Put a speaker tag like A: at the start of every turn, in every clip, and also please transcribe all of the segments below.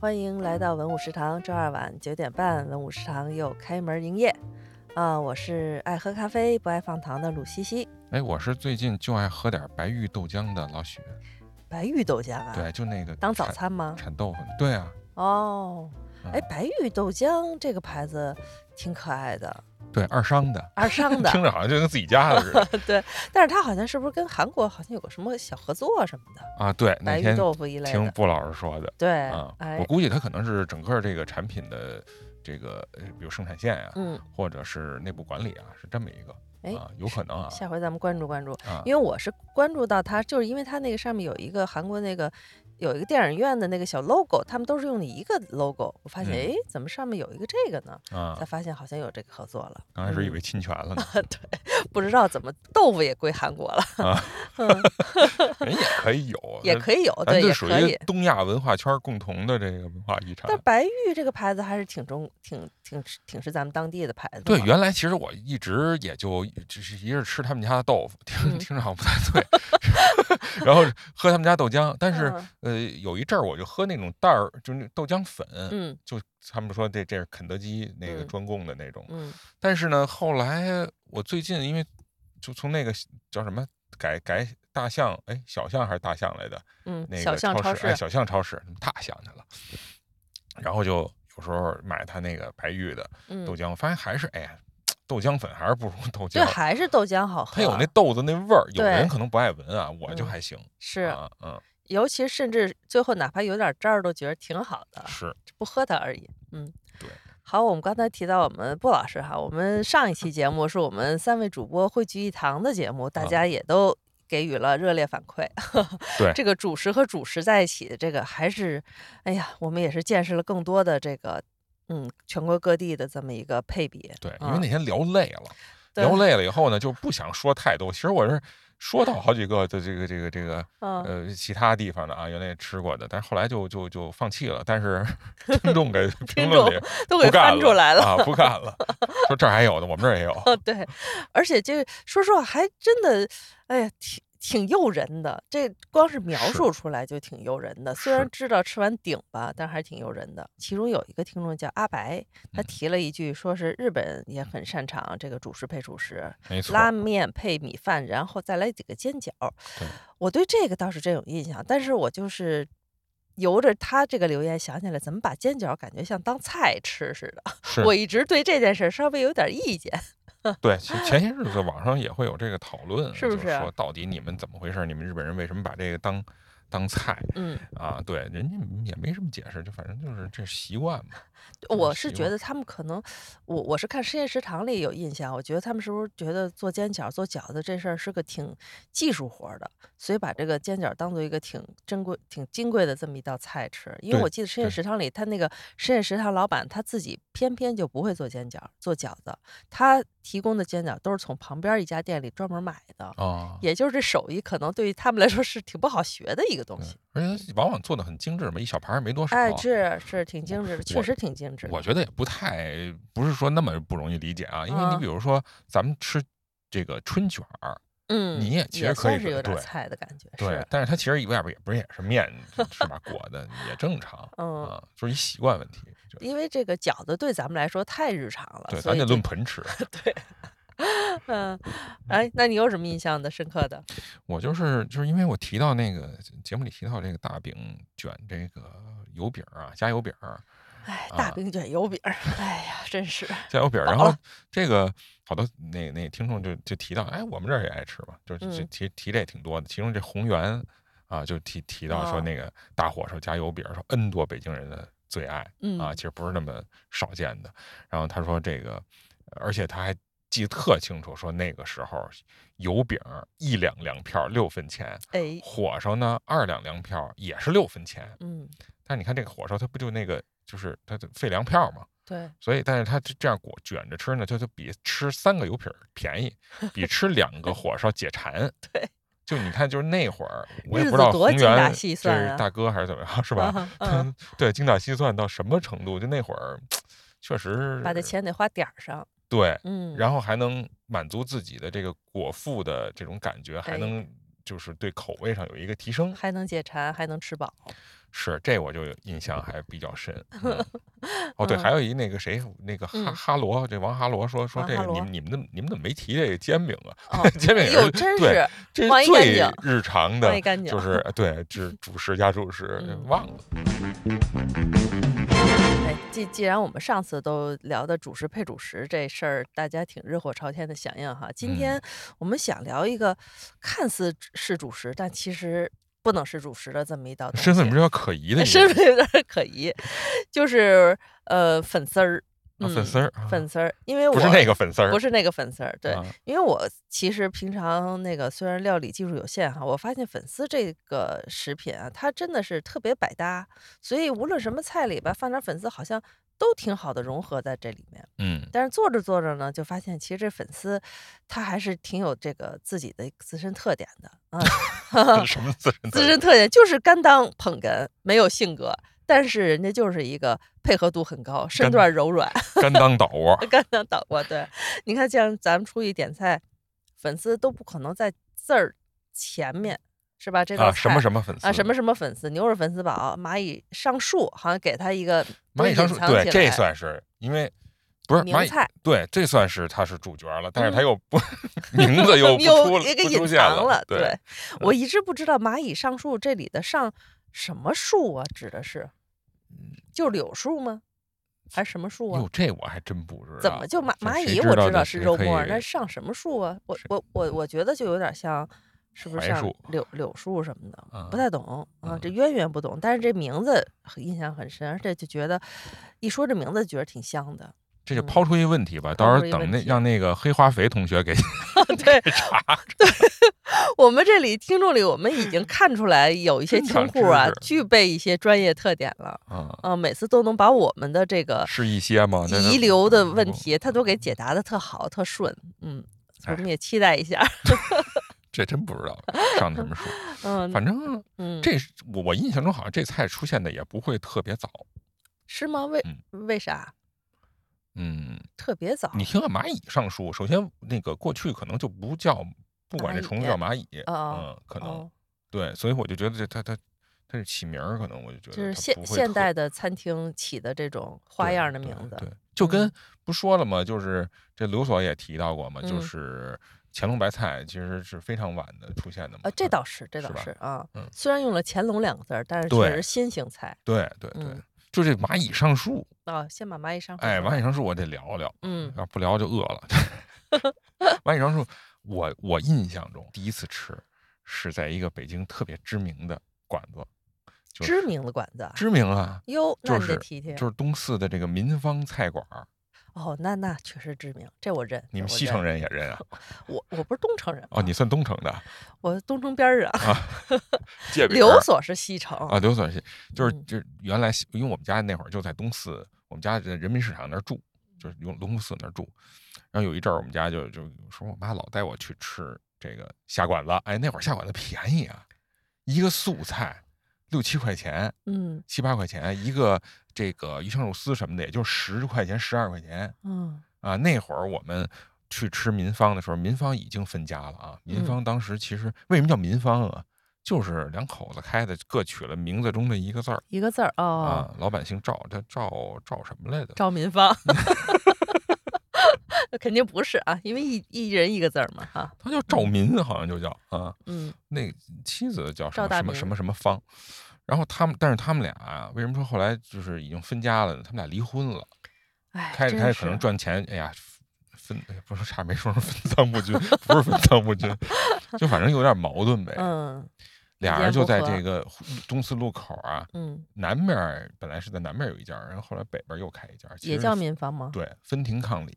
A: 欢迎来到文武食堂，周二晚九点半，文武食堂又开门营业。啊、我是爱喝咖啡不爱放糖的鲁西西，
B: 哎，我是最近就爱喝点白玉豆浆的老许，
A: 白玉豆浆啊，
B: 对，就那个
A: 当早
B: 产
A: 餐吗？
B: 产豆腐的，对啊，
A: 哦，哎，
B: 嗯
A: 白玉豆浆这个牌子挺可爱的，
B: 对，二商的，
A: 二 商的，
B: 听着好像就跟自己家的 似的
A: 对，但是它好像是不是跟韩国好像有个什么小合作什么的，
B: 啊。对，那
A: 白玉
B: 天
A: 豆腐一类
B: 听
A: 的，
B: 布老师说的
A: 对，
B: 啊，我
A: 哎，
B: 估计他可能是整个这个产品的这个，呃比如生产线呀、
A: 嗯，
B: 或者是内部管理啊，是这么一个
A: 哎
B: 啊，有可能啊
A: 下回咱们关注关注，
B: 啊
A: 因为我是关注到它，就是因为它那个上面有一个韩国那个有一个电影院的那个小 logo，他们都是用的一个 logo，我发现
B: 嗯
A: 哎、诶怎么上面有一个这个呢？
B: 啊
A: 才！发现好像有这个合作了。
B: 刚开始以
A: 嗯
B: 为侵权 了呢，
A: 不知道怎么豆腐也归韩国了，，
B: 人也可以有
A: 也
B: 咱
A: 可以有，
B: 哦咱
A: 对，
B: 这
A: 也
B: 属
A: 可
B: 于啊
A: 以。
B: 东亚文化圈共同的这个文化遗产
A: 但。白玉这个牌子还是挺中挺挺挺是咱们当地的牌子嘛。
B: 对，原来其实我一直也就只是一是吃他们家的豆腐，听
A: 嗯
B: 听着好像不太对， 然后喝他们家豆浆，但是
A: 嗯
B: 呃有一阵儿我就喝那种袋儿，就那豆浆粉，
A: 嗯
B: 就他们说这这是肯德基那个
A: 嗯
B: 专供的那种，
A: 嗯
B: 但是呢后来我最近因为就从那个叫什么改改大象哎小象还是大象来的
A: 嗯，
B: 那
A: 小
B: 个
A: 巷超
B: 市哎
A: 市，
B: 小象超市大象去了，然后就有时候买他那个白玉的。豆
A: 嗯，
B: 浆，我发现还是哎呀，豆浆粉还是不如豆
A: 对，
B: 浆，
A: 还是豆浆好喝。
B: 它有那豆子那味儿。有
A: 对
B: 人可能不爱闻啊，我就
A: 嗯
B: 还行。
A: 是，
B: 啊，嗯，
A: 尤其甚至最后哪怕有点渣儿都觉得挺好的。
B: 是
A: 不喝它而已。嗯，
B: 对。
A: 好，我们刚才提到我们布老师哈，我们上一期节目是我们三位主播汇聚一堂的节目，大
B: 啊
A: 家也都给予了热烈反馈。
B: 对
A: 这个主食和主食在一起的这个还是，哎呀，我们也是见识了更多的这个。嗯，全国各地的这么一个配比，
B: 对，因
A: 啊
B: 为那天聊累了，
A: 对
B: 聊累了以后呢，就不想说太多。其实我是说到好几个的这个这个这个
A: 嗯，
B: 呃其他地方的啊，原来也吃过的，但是后来就就就放弃了。但是 听众给评
A: 众
B: 论里
A: 都
B: 不
A: 给
B: 干
A: 翻出来了。
B: 啊，不干了，说这儿还有的，我们这儿也有。
A: 对，而且这个说实话，还真的，哎呀，挺挺诱人的。这光是描
B: 是
A: 述出来就挺诱人的。虽然
B: 是
A: 知道吃完顶吧，但还是挺诱人的。其中有一个听众叫阿白，他
B: 嗯
A: 提了一句，说是日本也很擅长这个主食配主食，
B: 没错，
A: 拉面配米饭，然后再来几个煎饺
B: 对。
A: 我对这个倒是真有印象，但是我就是。由着他这个留言想起来，怎么把煎饺感觉像当菜吃似的？
B: 是
A: 我一直对这件事儿稍微有点意见。
B: 对，其前些日子网上也会有这个讨论，啊
A: 是不
B: 就是说到底你们怎么回事儿？你们日本人为什么把这个当当菜
A: 嗯，
B: 啊？对，人家也没什么解释，就反正就是这是习惯嘛。嗯这个
A: 我是
B: 习
A: 觉
B: 惯
A: 得他们可能，我我是看深夜食堂里有印象，我觉得他们是不是觉得做煎饺、做饺子这事儿是个挺技术活儿的，所以把这个煎饺当做一个挺珍贵、挺金贵的这么一道菜吃。因为
B: 对
A: 我记得深夜
B: 对
A: 食堂里，他那个深夜食堂老板他自己偏偏就不会做煎饺、做饺子，他提供的煎饺都是从旁边一家店里专门买的，
B: 啊，
A: 也就是这手艺可能对于他们来说是挺不好学的一个东
B: 对
A: 西。，
B: 而且往往做的很精致嘛，一小盘儿没多少。
A: 哎，这是挺精致的，确
B: 哦我
A: 实挺精致的。
B: 我觉得也不太不是说那么不容易理解啊，因为你
A: 嗯
B: 比如说咱们吃这个春卷儿，
A: 嗯，
B: 你也其实可
A: 算
B: 以
A: 是
B: 准
A: 有点
B: 对
A: 菜的感觉，
B: 对
A: 是，，
B: 但是它其实以外边也不是也是面是吧 裹的，也正常
A: 嗯，
B: 啊，就是一习惯问题。就
A: 因为这个饺子对咱们来说太日常了，
B: 对，
A: 所
B: 咱
A: 以
B: 得
A: 就
B: 论盆吃。
A: 嗯，哎，那你有什么印象的深刻的？
B: 我就是就是因为我提到那个节目里提到这个大饼卷这个油饼儿啊，加油饼儿，
A: 哎，大
B: 啊
A: 饼卷油饼儿，哎呀，真是，
B: 加油饼儿。然
A: 饱了
B: 后这个好多那那听众就就提到，哎，我们这儿也爱吃嘛，就是就
A: 嗯
B: 提提这也挺多的。其中这红源啊，就提提到
A: 哦
B: 说那个大火烧加油饼儿，说 N 多北京人的最爱啊，
A: 嗯
B: 其实不是那么少见的。然后他说这个，而且他还。记得特清楚，说那个时候油饼儿一两两票儿六分钱，
A: 哎，
B: 火烧呢，二两粮票也是六分钱，
A: 嗯，
B: 但是你看这个火烧，它不就那个就是它的废粮票嘛，
A: 对，
B: 所以但是它这这样裹卷着吃呢，它就比吃三个油皮儿 便宜，比吃两个火烧解馋。
A: 对，
B: 就你看，就是那会儿我也
A: 日
B: 不
A: 子
B: 知道
A: 多
B: 红
A: 精打
B: 源
A: 细
B: 这
A: 算啊
B: 是大哥还是怎么样，是吧？
A: 嗯嗯，
B: 对，精打细算到什么程度？就那会儿确实
A: 把这钱得花点儿上，
B: 对，
A: 嗯，
B: 然后还能满足自己的这个果腹的这种感觉，
A: 哎
B: 还能就是对口味上有一个提升。
A: 还能解馋，还能吃饱，
B: 是这我就有印象还比较深。 嗯哦，对，还有一那个谁，那个哈
A: 嗯
B: 哈罗，这王哈罗说说
A: 王
B: 这
A: 哈
B: 个你
A: 罗
B: 们你们怎么你们怎么没提这个煎饼啊？
A: 哦
B: 煎饼也
A: 哟，
B: 是
A: 真
B: 对
A: 是
B: 这
A: 王
B: 是
A: 一干
B: 最
A: 净
B: 日常的
A: 王一，干净
B: 就是 对，只主食加主食，
A: 嗯
B: 忘了。
A: 哎，既既然我们上次都聊的主食配主食这事儿，大家挺热火朝天的响应哈。今
B: 嗯
A: 天我们想聊一个看似只是主食，但其实不能是主食的这么一道东
B: 身份比
A: 西，
B: 较可疑的
A: 呃
B: 一个
A: 身
B: 人，
A: 份有点儿可疑，就是呃粉丝儿，
B: 啊
A: 嗯，
B: 粉丝儿啊
A: 粉丝儿，因为我
B: 不是那个粉丝儿，
A: 不是那个粉丝儿，对，
B: 啊
A: 因为我其实平常那个虽然料理技术有限哈，我发现粉丝这个食品啊，它真的是特别百搭，所以无论什么菜里边放点粉丝，好像都挺好的融合在这里面。
B: 嗯，，
A: 但是做着做着呢，就发现其实这粉丝它还是挺有这个自己的自身特点的啊
B: 什么自身
A: 自
B: 责任
A: 身特点就是甘当捧哏，没有性格。但是人家就是一个配合度很高，身
B: 甘
A: 段柔软，
B: 甘 当倒窝，
A: 刚刚倒过，对，你看，像咱们出去点菜，粉丝都不可能在字儿前面，是吧？这道
B: 啊，
A: 菜
B: 什么什么粉丝
A: 啊，什么什么粉丝，牛肉粉丝堡、蚂蚁上树，好像给他一个
B: 蚂蚁
A: 都隐
B: 上树，
A: 藏
B: 对，
A: 起
B: 这
A: 来
B: 算是因为不是蚂
A: 名
B: 蚁，
A: 菜，
B: 对，这算是他是主角了，但是
A: 嗯
B: 他又不名字又不出
A: 又
B: 了
A: 也给
B: 不出
A: 隐
B: 现
A: 藏
B: 了，
A: 对，我一直不知道蚂蚁上树这里的上什么树啊，指的是
B: 嗯
A: 就柳树吗？还是什么树啊
B: 哟，？这我还真不知道，
A: 怎么就蚂
B: 这
A: 蚂
B: 谁
A: 蚁？我
B: 道
A: 知
B: 的
A: 道是
B: 谁
A: 肉
B: 可
A: 末儿，
B: 以
A: 那上什么树啊？我
B: 谁
A: 我我我觉得就有点像，是不是
B: 槐
A: 像
B: 树
A: 柳柳树什么的？不
B: 嗯
A: 太懂啊，这渊源不懂，但是这名字很印象很深，而且就觉得一说这名字觉得挺像的。
B: 这就
A: 嗯
B: 抛出一个问题吧，到
A: 抛
B: 时
A: 出
B: 候
A: 一
B: 等
A: 问
B: 那
A: 题
B: 让那个黑化肥 同学给
A: 对
B: 查，
A: 我们这里听众里，我们已经看出来有一些
B: 真
A: 听
B: 长
A: 户啊
B: 知识，
A: 具备一些专业特点了。
B: 啊，
A: 啊，每次都能把我们的这个
B: 是一些吗？那
A: 遗
B: 是
A: 留的
B: 不
A: 问，题，他都给解答的特好特顺。嗯，我
B: 哎
A: 们也期待一下。
B: 这真不知道上的什 么树，
A: 嗯
B: 反正
A: 嗯，
B: 这是我我印象中好像这菜出现的也不会特别早，
A: 是吗？为
B: 嗯
A: 为啥
B: 嗯，
A: 特别早？
B: 你听到蚂蚁上树，首先那个过去可能就不叫，不管这
A: 蚂蚁
B: 虫子叫蚂蚁，
A: 哦
B: 嗯，可能、
A: 哦，
B: 对，所以我就觉得这它它它是起名儿，可能我就觉得
A: 就是
B: 它
A: 现
B: 呃不会
A: 现
B: 特
A: 代的餐厅起的这种花
B: 对
A: 样的
B: 对
A: 名字，
B: 对，就跟、
A: 嗯
B: 不说了嘛，就是这刘所也提到过嘛，就
A: 嗯
B: 是乾隆白菜其实是非常晚的出现的嘛，
A: 呃，这
B: 它
A: 倒是，这
B: 嗯是
A: 倒
B: 吧
A: 是啊
B: 嗯。
A: 虽然用了“乾隆”两个字儿，但是确
B: 对
A: 实是新型菜
B: 对对对。
A: 嗯
B: 就这蚂蚁上树，
A: 啊。先把蚂蚁上树
B: 哎，
A: 说
B: 蚂
A: 了
B: 蚁上树我得聊聊，
A: 嗯
B: 要不聊就饿了。 蚂蚁上树，我我印象中第一次吃是在一个北京特别知名的馆子，就
A: 知
B: 是
A: 名的馆子啊
B: 知名啊，
A: 哟，那
B: 就
A: 你得
B: 是
A: 提提
B: 就是东四的这个民芳菜馆儿，
A: 哦，那那确实知名，这我认。
B: 你
A: 这
B: 们
A: 我
B: 西
A: 认
B: 城，人也认啊？
A: 我我不是东城人
B: 哦，
A: 啊
B: 你算东城的，
A: 我东城边儿啊。
B: 界饼
A: 刘
B: 儿
A: 所是西城
B: 啊，刘所西就是
A: 嗯
B: 就是原来西因为我们家那会儿就在东四，我们家在人民市场那儿住，就是龙龙福寺那儿住，然后有一阵儿我们家就就说我妈老带我去吃这个下馆子，哎，那会儿下馆子便宜啊，一个素菜六七块钱，
A: 嗯
B: 七八块钱一个这个鱼香肉丝什么的，也就十块钱十二块钱
A: 嗯
B: 啊。那会儿我们。去吃民芳的时候，民芳已经分家了啊。民
A: 嗯
B: 芳当时其实为什么叫民芳啊？就是两口子开的，各取了名字中的一个字儿
A: 一个字儿哦。
B: 啊。老板姓赵，他赵赵什么来着？
A: 赵民芳， 那肯定不是啊，因为一一人一个字儿嘛哈、
B: 他叫赵民，好像就叫啊。
A: 嗯
B: 那妻子叫什
A: 赵
B: 么
A: 大
B: 什么
A: 民
B: 什么什么芳。然后他们，但是他们俩啊，为什么说后来就是已经分家了呢？他们俩离婚了，
A: 哎，
B: 开着
A: 真
B: 开着可能
A: 是
B: 赚钱，哎呀，分哎呀不是差没说成分赃不均， 不是分赃不均， 就反正有点矛盾呗。
A: 嗯
B: 俩
A: 意
B: 人
A: 见不
B: 就在
A: 合
B: 这个东四路口啊，
A: 嗯，
B: 南面儿本来是在南面有一家，然后后来北边又开一家，其
A: 也
B: 实
A: 叫
B: 是
A: 民房吗？
B: 对分庭抗礼。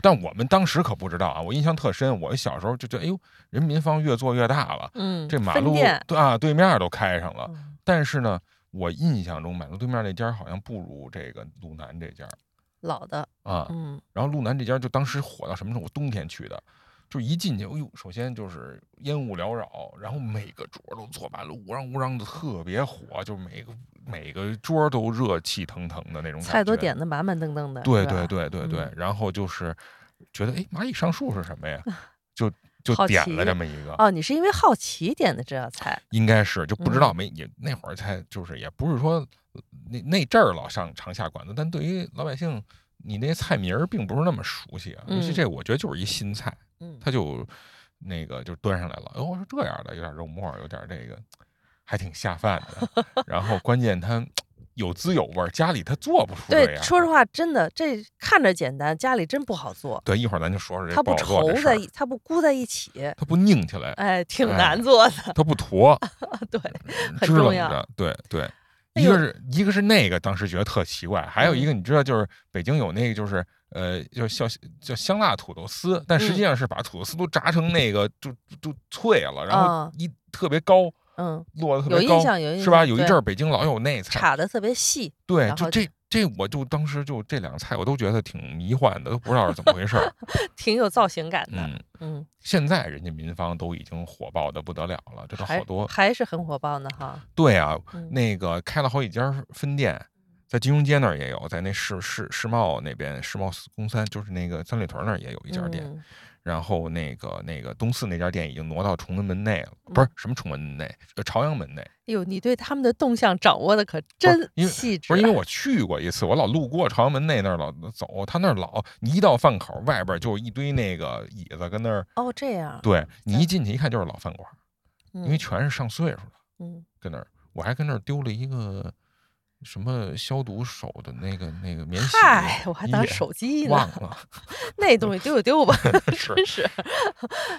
B: 但我们当时可不知道啊，我印象特深。我小时候就觉得，哎呦，人民坊越做越大了，
A: 嗯，
B: 这马
A: 分
B: 路
A: 店
B: 对啊对面儿都开上了。
A: 嗯
B: 但是呢，我印象中马路对面那家好像不如这个路南这家
A: 老的，
B: 啊。
A: 嗯
B: 然后路南这家就当时火到什么程度？我冬天去的，就一进去，哎呦，首先就是烟雾缭绕，然后每个桌都坐满了，乌嚷乌嚷的，特别火，就每个每个桌都热气腾腾的那种感觉。
A: 菜都点的满满登登的，
B: 对
A: 是吧
B: 对对对对，
A: 嗯
B: 然后就是觉得哎，蚂蚁上树是什么呀？就就
A: 好
B: 点
A: 奇
B: 了这么一个，
A: 哦，你是因为好奇点的这道菜，
B: 应该是就不知
A: 嗯
B: 道没也那会儿才就是也不是说那那阵儿老上常下馆子，但对于老百姓，你那菜名儿并不是那么熟悉啊。尤其
A: 嗯
B: 这我觉得就是一新菜，
A: 嗯，
B: 他就那个就端上来了，哦是这样的，有点肉末儿，有点这个，还挺下饭 的。然后关键他有滋有味儿，家里他做不出这
A: 对，
B: 样。
A: 说实话，真的这看着简单，家里真不好做，
B: 对，一会儿咱就说说这
A: 它
B: 不
A: 不
B: 好做
A: 稠
B: 这事
A: 在
B: 儿
A: 一，，它不箍在一起，
B: 它不拧起 来，
A: 哎，挺
B: 哎
A: 难做的，
B: 它不坨，
A: 对，很
B: 支
A: 重
B: 棱
A: 要
B: 着，对对。
A: 那
B: 一个
A: 有嗯
B: 是一个是那个，当时觉得特奇怪，还有一个你知道，就是北京有那个就是呃，叫叫叫香辣土豆丝，但实际
A: 嗯
B: 上是把土豆丝都炸成那个就就就脆了，然后
A: 啊
B: 一特别高，
A: 嗯，
B: 落的特
A: 有
B: 别
A: 印
B: 高，
A: 象有印
B: 是吧？
A: 象
B: 有一
A: 对
B: 阵儿北京老有那菜，
A: 插的特别细，
B: 对，
A: 然
B: 就
A: 后
B: 这这我就当时就这两个菜我都觉得挺迷幻的，都不知道是怎么回 事儿。
A: 挺有造型感的，
B: 嗯，
A: 嗯，
B: 现在人家民芳都已经火爆的不得了了，这都
A: 还
B: 好多。
A: 还是很火爆呢哈，
B: 对啊，
A: 嗯
B: 那个开了好几家分店，在金融街那儿也有，在那世世世贸那边世贸公三就是那个三里屯那儿也有一家店，
A: 嗯
B: 然后那个那个东四那家店已经挪到崇文门内了，
A: 嗯
B: 不是什么崇文门内，呃朝阳门内。
A: 哎呦，你对他们的动向掌握的可真
B: 因为
A: 细致，啊
B: 不是因为我去过一次，我老路过朝阳门内那儿老走，他那儿老你一到饭口外边就一堆那个椅子跟那儿，
A: 哦这样，
B: 对你一进去一看就是老饭馆，
A: 嗯，
B: 因为全是上岁数的
A: 嗯
B: 跟那儿，我还跟那儿丢了一个什么消毒手的那个那个免洗，
A: 嗨，我还当
B: 也
A: 手机呢
B: 忘，了，
A: 那东西丢就 丢吧，
B: 是
A: 真是，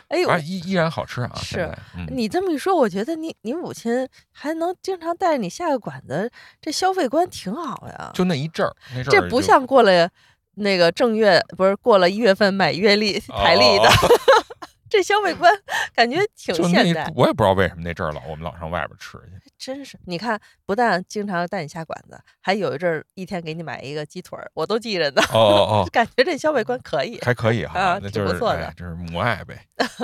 A: 哎呦
B: 啊，，依依然好吃啊，
A: 是
B: 现在，嗯，
A: 你这么一说，我觉得你你母亲还能经常带着你下个馆子，这消费观挺好呀。
B: 就那一阵儿，那阵
A: 这
B: 儿
A: 不
B: 就
A: 像过了那个正月，不是过了一月份买月历台历的，
B: 哦哦哦
A: 这消费观感觉挺
B: 就
A: 现
B: 那
A: 代，
B: 我也不知道为什么那阵儿老我们老上外边吃去，
A: 真是。你看，不但经常带你下馆子，还有一阵儿一天给你买一个鸡腿儿，我都记着呢。
B: 哦哦
A: 感觉这消费观可以
B: 哦，，还可以哈
A: 啊，
B: 那
A: 挺
B: 就
A: 不
B: 是
A: 错的
B: 哎就是母 爱呗，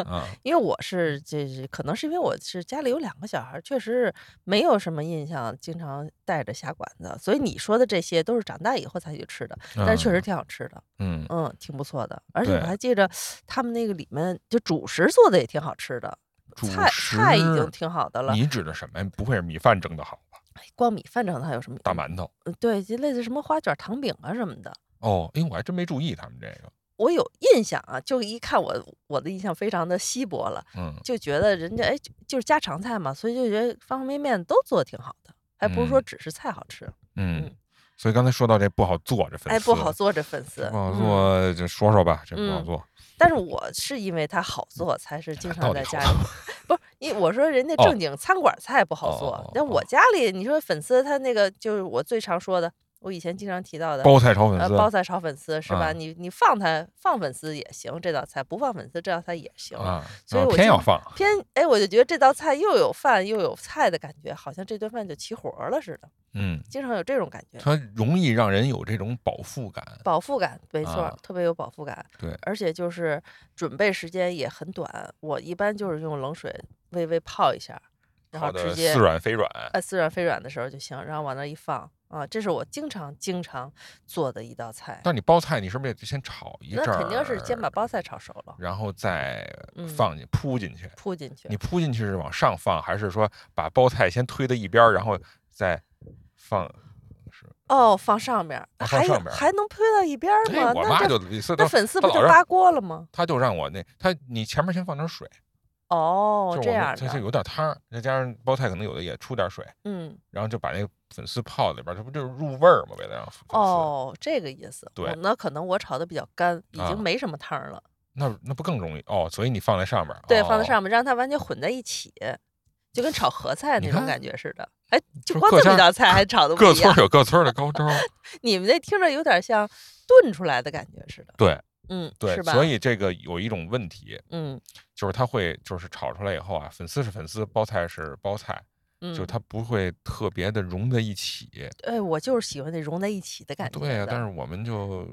B: 啊。
A: 因为我是这是可能是因为我是家里有两个小孩儿，确实是没有什么印象，经常带着下馆子，所以你说的这些都是长大以后才去吃的，但是确实挺好吃的，
B: 嗯，嗯，
A: 嗯，挺不错的。而且我
B: 对
A: 还记着他们那个里面就主食做的也挺好吃的，
B: 主
A: 菜菜已经
B: 食
A: 挺好的了，
B: 你指的什么呀？不会是米饭蒸的好吧？
A: 光米饭整的还有什么
B: 大馒头？
A: 呃对，就类似什么花卷、糖饼啊什么的。
B: 哦，哎，我还真没注意他们这个。
A: 我有印象啊，就一看我我的印象非常的稀薄了，
B: 嗯，
A: 就觉得人家哎就就是家常菜嘛，所以就觉得方方面面都做的挺好的，还不是说
B: 嗯
A: 只是菜好吃，
B: 嗯
A: 嗯，
B: 所以刚才说到这不好做这粉丝，
A: 哎不好，做这粉丝
B: 不好
A: 嗯
B: 做，就说说吧，这不好
A: 嗯
B: 做。
A: 但是我是因为它好做，才是经常
B: 到底
A: 在
B: 好
A: 家里，不是因为我说人家
B: 哦
A: 正经餐馆菜不好
B: 哦哦哦
A: 做，但我家里你说粉丝他那个就是我最常说的，我以前经常提到的。
B: 包菜炒粉
A: 呃，
B: 丝，
A: 包菜炒粉丝是吧？
B: 啊
A: 你你放它放粉丝也行，这道菜不放粉丝这道菜也行。
B: 啊，
A: 所以
B: 啊
A: 我
B: 偏
A: 就
B: 要放。
A: 偏哎，我就觉得这道菜又有饭又有菜的感觉，好像这顿饭就齐活儿了似的，
B: 嗯，
A: 经常有这种感觉，
B: 它容易让人有这种饱腹感。
A: 饱腹感，没错儿
B: 啊，
A: 特别有饱腹感。
B: 对
A: 而且就是准备时间也很短，我一般就是用冷水微微泡一下，然
B: 好
A: 后
B: 的
A: 直接
B: 似软非软。
A: 呃似软非软的时候就行，然后往那一放啊，这是我经常经常做的一道菜。
B: 但你包菜，你是不是也得先炒一阵
A: 那
B: 儿？
A: 肯定是先把包菜炒熟了，
B: 然后再
A: 嗯
B: 放进铺进去。
A: 铺进去
B: 你。扑进去是往上放，还是说把包菜先推到一边儿，然后再放？是，
A: 哦，放上边儿，
B: 啊放
A: 还有
B: 上边儿
A: 还能推到一边儿
B: 哎
A: 吗？
B: 我
A: 那
B: 妈
A: 这
B: 就每次
A: 那
B: 都，
A: 粉丝不
B: 她老
A: 就
B: 让
A: 扒锅了吗？
B: 她就让我那她你前面先放点水，
A: 哦，
B: 就是
A: 这
B: 我们
A: 样
B: 它是
A: 的，
B: 有点汤儿，再加上包菜可能有的也出点水，
A: 嗯，
B: 然后就把那个粉丝泡里边儿，这不就是入味儿吗？为了让粉丝，
A: 哦，这个意思。
B: 对
A: 我那可能我炒的比较干，已
B: 啊
A: 经没什么汤儿了。
B: 那那不更容易哦？所以你放在上边儿，
A: 对，
B: 哦
A: 放在。上面，让它完全混在一起，就跟炒合菜
B: 你
A: 那种
B: 看
A: 感觉似的。哎，就
B: 说
A: 光
B: 各
A: 这么一
B: 家
A: 道菜还炒的不
B: 各
A: 一
B: 村
A: 样
B: 儿，有各村儿的高招儿，
A: 你们那听着有点像炖出来的感觉似的。
B: 对
A: 嗯，
B: 对
A: 是，吧？
B: 所以这个有一种问题，
A: 嗯
B: 就是它会就是炒出来以后啊，粉丝是粉丝，包菜是包菜，
A: 嗯，
B: 就它不会特别的融在一起。
A: 哎，我就是喜欢那融在一起的感觉的。
B: 对呀、啊但是我们就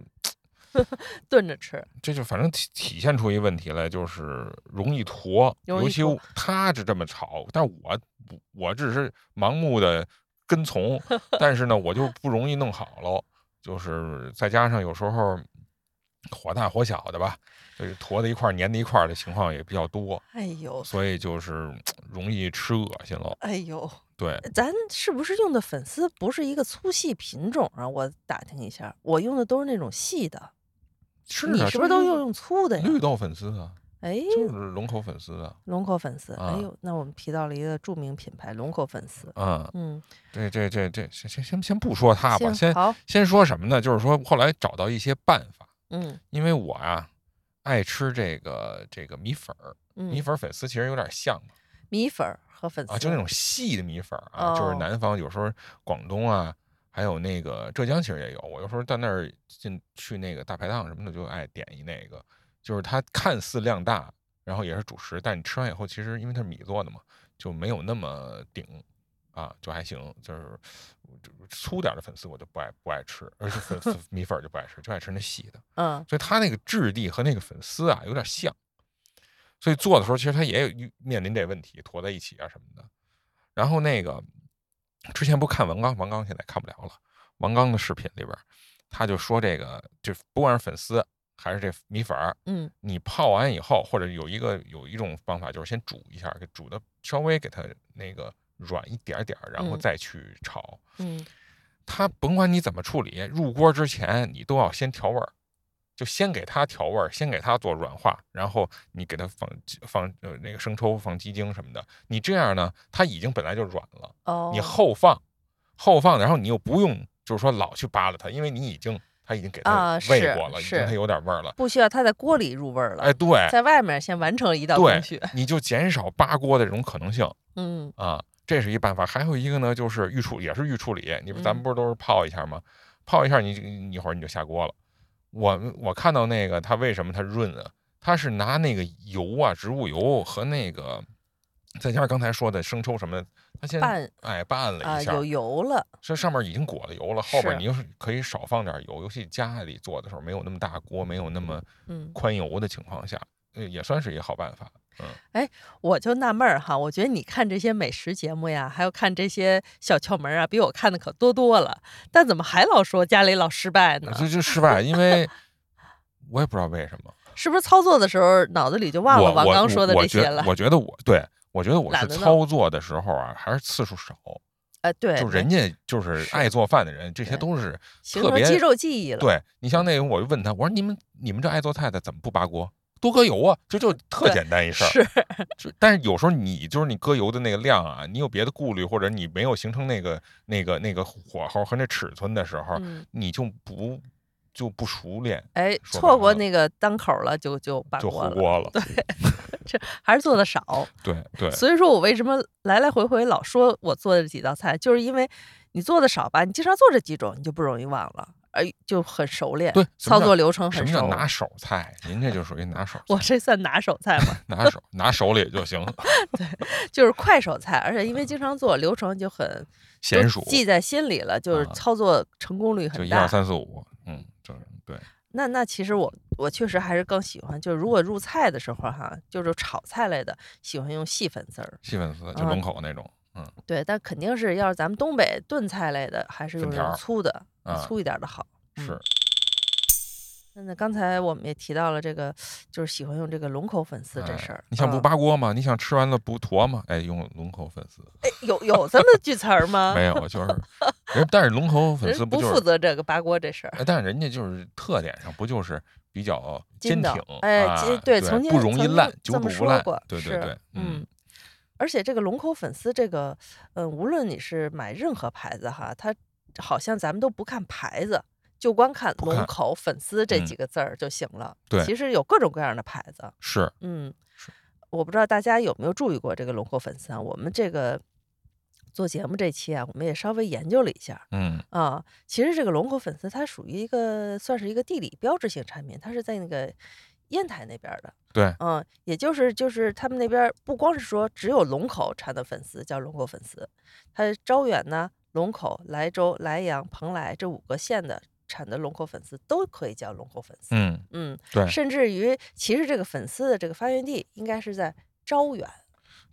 A: 炖着吃，
B: 这就反正体体现出一问题来，就是容易坨。
A: 容
B: 尤
A: 易
B: 其
A: 坨
B: 我他是这么炒，但我不我只是盲目的跟 从，但是呢，我就不容易弄好喽。就是再加上有时候火大火小的吧，就是坨在一块儿粘在一块儿的情况也比较多，
A: 哎呦，
B: 所以就是容易吃恶心了。
A: 哎呦，
B: 对，
A: 咱是不是用的粉丝不是一个粗细品种啊？我打听一下，我用的都是那种细的，
B: 是
A: 你
B: 的
A: 是
B: 就
A: 不是都用用粗的呀？
B: 绿豆粉丝啊？
A: 哎，
B: 就是龙口粉丝啊。
A: 龙口粉丝，
B: 啊
A: 哎呦，那我们提到了一个著名品牌龙口粉丝，
B: 嗯，
A: 嗯，
B: 这这这这先先先先不说它吧，
A: 行，
B: 先
A: 好，
B: 先说什么呢？就是说后来找到一些办法，
A: 嗯
B: 因为我啊爱吃这个这个米粉儿，
A: 嗯，
B: 米粉儿粉丝其实有点像嘛
A: 米粉儿和粉丝
B: 啊，就那种细的米粉儿啊，就是
A: 哦
B: 南方有时候广东啊，还有那个浙江其实也有。我有时候到那儿进去那个大排档什么的，就爱点一那个，就是它看似量大，然后也是主食，但你吃完以后，其实因为它是米做的嘛，就没有那么顶。啊，就还行，就是就是粗点儿的粉丝我就不爱不爱吃，而且粉丝 米粉儿就不爱吃，就爱吃那细的。
A: 嗯
B: 所以它那个质地和那个粉丝啊有点像，所以做的时候其实它也有遇面临这问题，坨在一起啊什么的。然后那个之前不看王刚，王刚现在看不了了。王刚的视频里边儿，他就说这个，就不管是粉丝还是这米粉儿，
A: 嗯
B: 你泡完以后，或者有一个有一种方法就是先煮一下，给煮的稍微给它那个软一点儿点儿，然后
A: 嗯
B: 再去炒。
A: 嗯，
B: 它甭管你怎么处理，入锅之前你都要先调味儿，就先给它调味儿，先给它做软化，然后你给它放放呃那个生抽、放鸡精什么的。你这样呢，它已经本来就软了，
A: 哦，
B: 你后放后放，然后你又不用就是说老去扒拉它，因为你已经它已经给它
A: 啊
B: 喂
A: 是
B: 过了，已经
A: 是
B: 它有点味儿了。
A: 不需要它在锅里入味儿了，
B: 哎，对
A: 在外面先完成一道工序
B: 对，，你就减少扒锅的这种可能性。
A: 嗯
B: 啊，这是一办法。还有一个呢，就是预处，也是预处理。你不，咱们
A: 嗯
B: 不是都是泡一下吗？泡一下你，你一会儿你就下锅了。我们我看到那个它为什么它润啊？它是拿那个油啊，植物油和那个，再加上刚才说的生抽什么的，它先
A: 拌
B: 哎拌
A: 啊、
B: 了一下，
A: 有油了，
B: 这上面已经裹了油了。后边
A: 是
B: 你就是可以少放点油，尤其家里做的时候没有那么大锅，没有那么
A: 嗯，
B: 宽油的情况下，呃也算是一个好办法。嗯，
A: 我就纳闷儿哈，我觉得你看这些美食节目呀，还有看这些小窍门儿啊，比我看的可多多了，但怎么还老说家里老失败呢？
B: 呃这就失败，因为我也不知道为什么。
A: 是不是操作的时候脑子里就忘了
B: 我
A: 王
B: 我
A: 刚
B: 我
A: 说的
B: 我
A: 这
B: 觉
A: 些了？
B: 我觉得我对我觉得我是
A: 懒得弄
B: 操作的时候啊，还是次数少。
A: 哎，对，
B: 就人家就是
A: 是
B: 爱做饭的人，这些
A: 对
B: 都是
A: 形
B: 特
A: 成
B: 别
A: 肌肉记忆了。
B: 对你像那个，我就问他，我说你们你们这爱做菜的怎么不扒锅？多搁油啊，这就特
A: 对
B: 简单一事儿。
A: 是，
B: 就但是有时候你就是你搁油的那个量啊，你有别的顾虑，或者你没有形成那个那个那个火候和那尺寸的时候，
A: 嗯，
B: 你就不就不熟练，
A: 哎，
B: 说
A: 错
B: 白
A: 过
B: 了
A: 那个当口儿了，就就把
B: 就
A: 锅了，
B: 糊锅了。
A: 还是做的少。
B: 对对，
A: 所以说我为什么来来回回老说我做的几道菜，就是因为你做的少吧，你经常做这几种，你就不容易忘了，哎，就很熟练，
B: 对什
A: 操
B: 么叫
A: 作流程
B: 什
A: 很
B: 么叫
A: 熟。
B: 拿手菜？您这就属于拿手菜。
A: 我这算拿手菜吗？
B: 拿手 拿手里就行，
A: 就是快手菜，而且因为经常做，流程就很就
B: 娴熟
A: 记在心里了，就是
B: 啊
A: 操作成功率
B: 就
A: 很
B: 一
A: 大。
B: 二三四五，嗯，就是对，
A: 那那其实我我确实还是更喜欢，就是如果入菜的时候哈，就是炒菜类的，喜欢用细粉丝儿。
B: 细粉丝就
A: 啊
B: 龙口那种，嗯，
A: 对，但肯定是要是咱们东北炖菜类的，还是
B: 粉
A: 用那
B: 条
A: 种
B: 儿
A: 粗的，
B: 啊
A: 粗一点儿的好。嗯
B: 是
A: 那那刚才我们也提到了这个，就是喜欢用这个龙口粉丝这
B: 哎
A: 事儿。
B: 你想不
A: 嗯、
B: 扒锅吗？你想吃完了不坨吗？哎，用龙口粉丝
A: 哎有有这么句词儿吗？
B: 没有，就是人，但是龙口粉丝
A: 啊人
B: 不
A: 不
B: 就
A: 负
B: 是，
A: 责这个扒锅这事儿。
B: 哎但是人家就是特点上不就是比较坚
A: 筋道
B: 挺，
A: 哎
B: 啊
A: 筋
B: 对，
A: 对曾经
B: 不容易
A: 曾经
B: 烂，
A: 这
B: 久
A: 么
B: 煮不
A: 说
B: 烂
A: 过，
B: 对对
A: 是
B: 对，嗯，
A: 而且这个龙口粉丝，这个嗯，无论你是买任何牌子哈，它好像咱们都不看牌子，就光看
B: 不看
A: 龙口粉丝这
B: 嗯
A: 几个字儿就行了。
B: 对
A: 其实有各种各样的牌子。
B: 是
A: 嗯
B: 是，
A: 我不知道大家有没有注意过这个龙口粉丝啊？我们这个做节目这期啊，我们也稍微研究了一下
B: 嗯
A: 啊。其实这个龙口粉丝它属于一个算是一个地理标志性产品，它是在那个烟台那边儿的。
B: 对，
A: 嗯，也就是就是他们那边儿不光是说只有龙口产的粉丝叫龙口粉丝，它招远呢、龙口、莱州、莱阳、蓬莱这五个县的产的龙口粉丝都可以叫龙口粉丝。
B: 嗯
A: 嗯，
B: 对
A: 甚至于其实这个粉丝的这个发源地应该是在招远，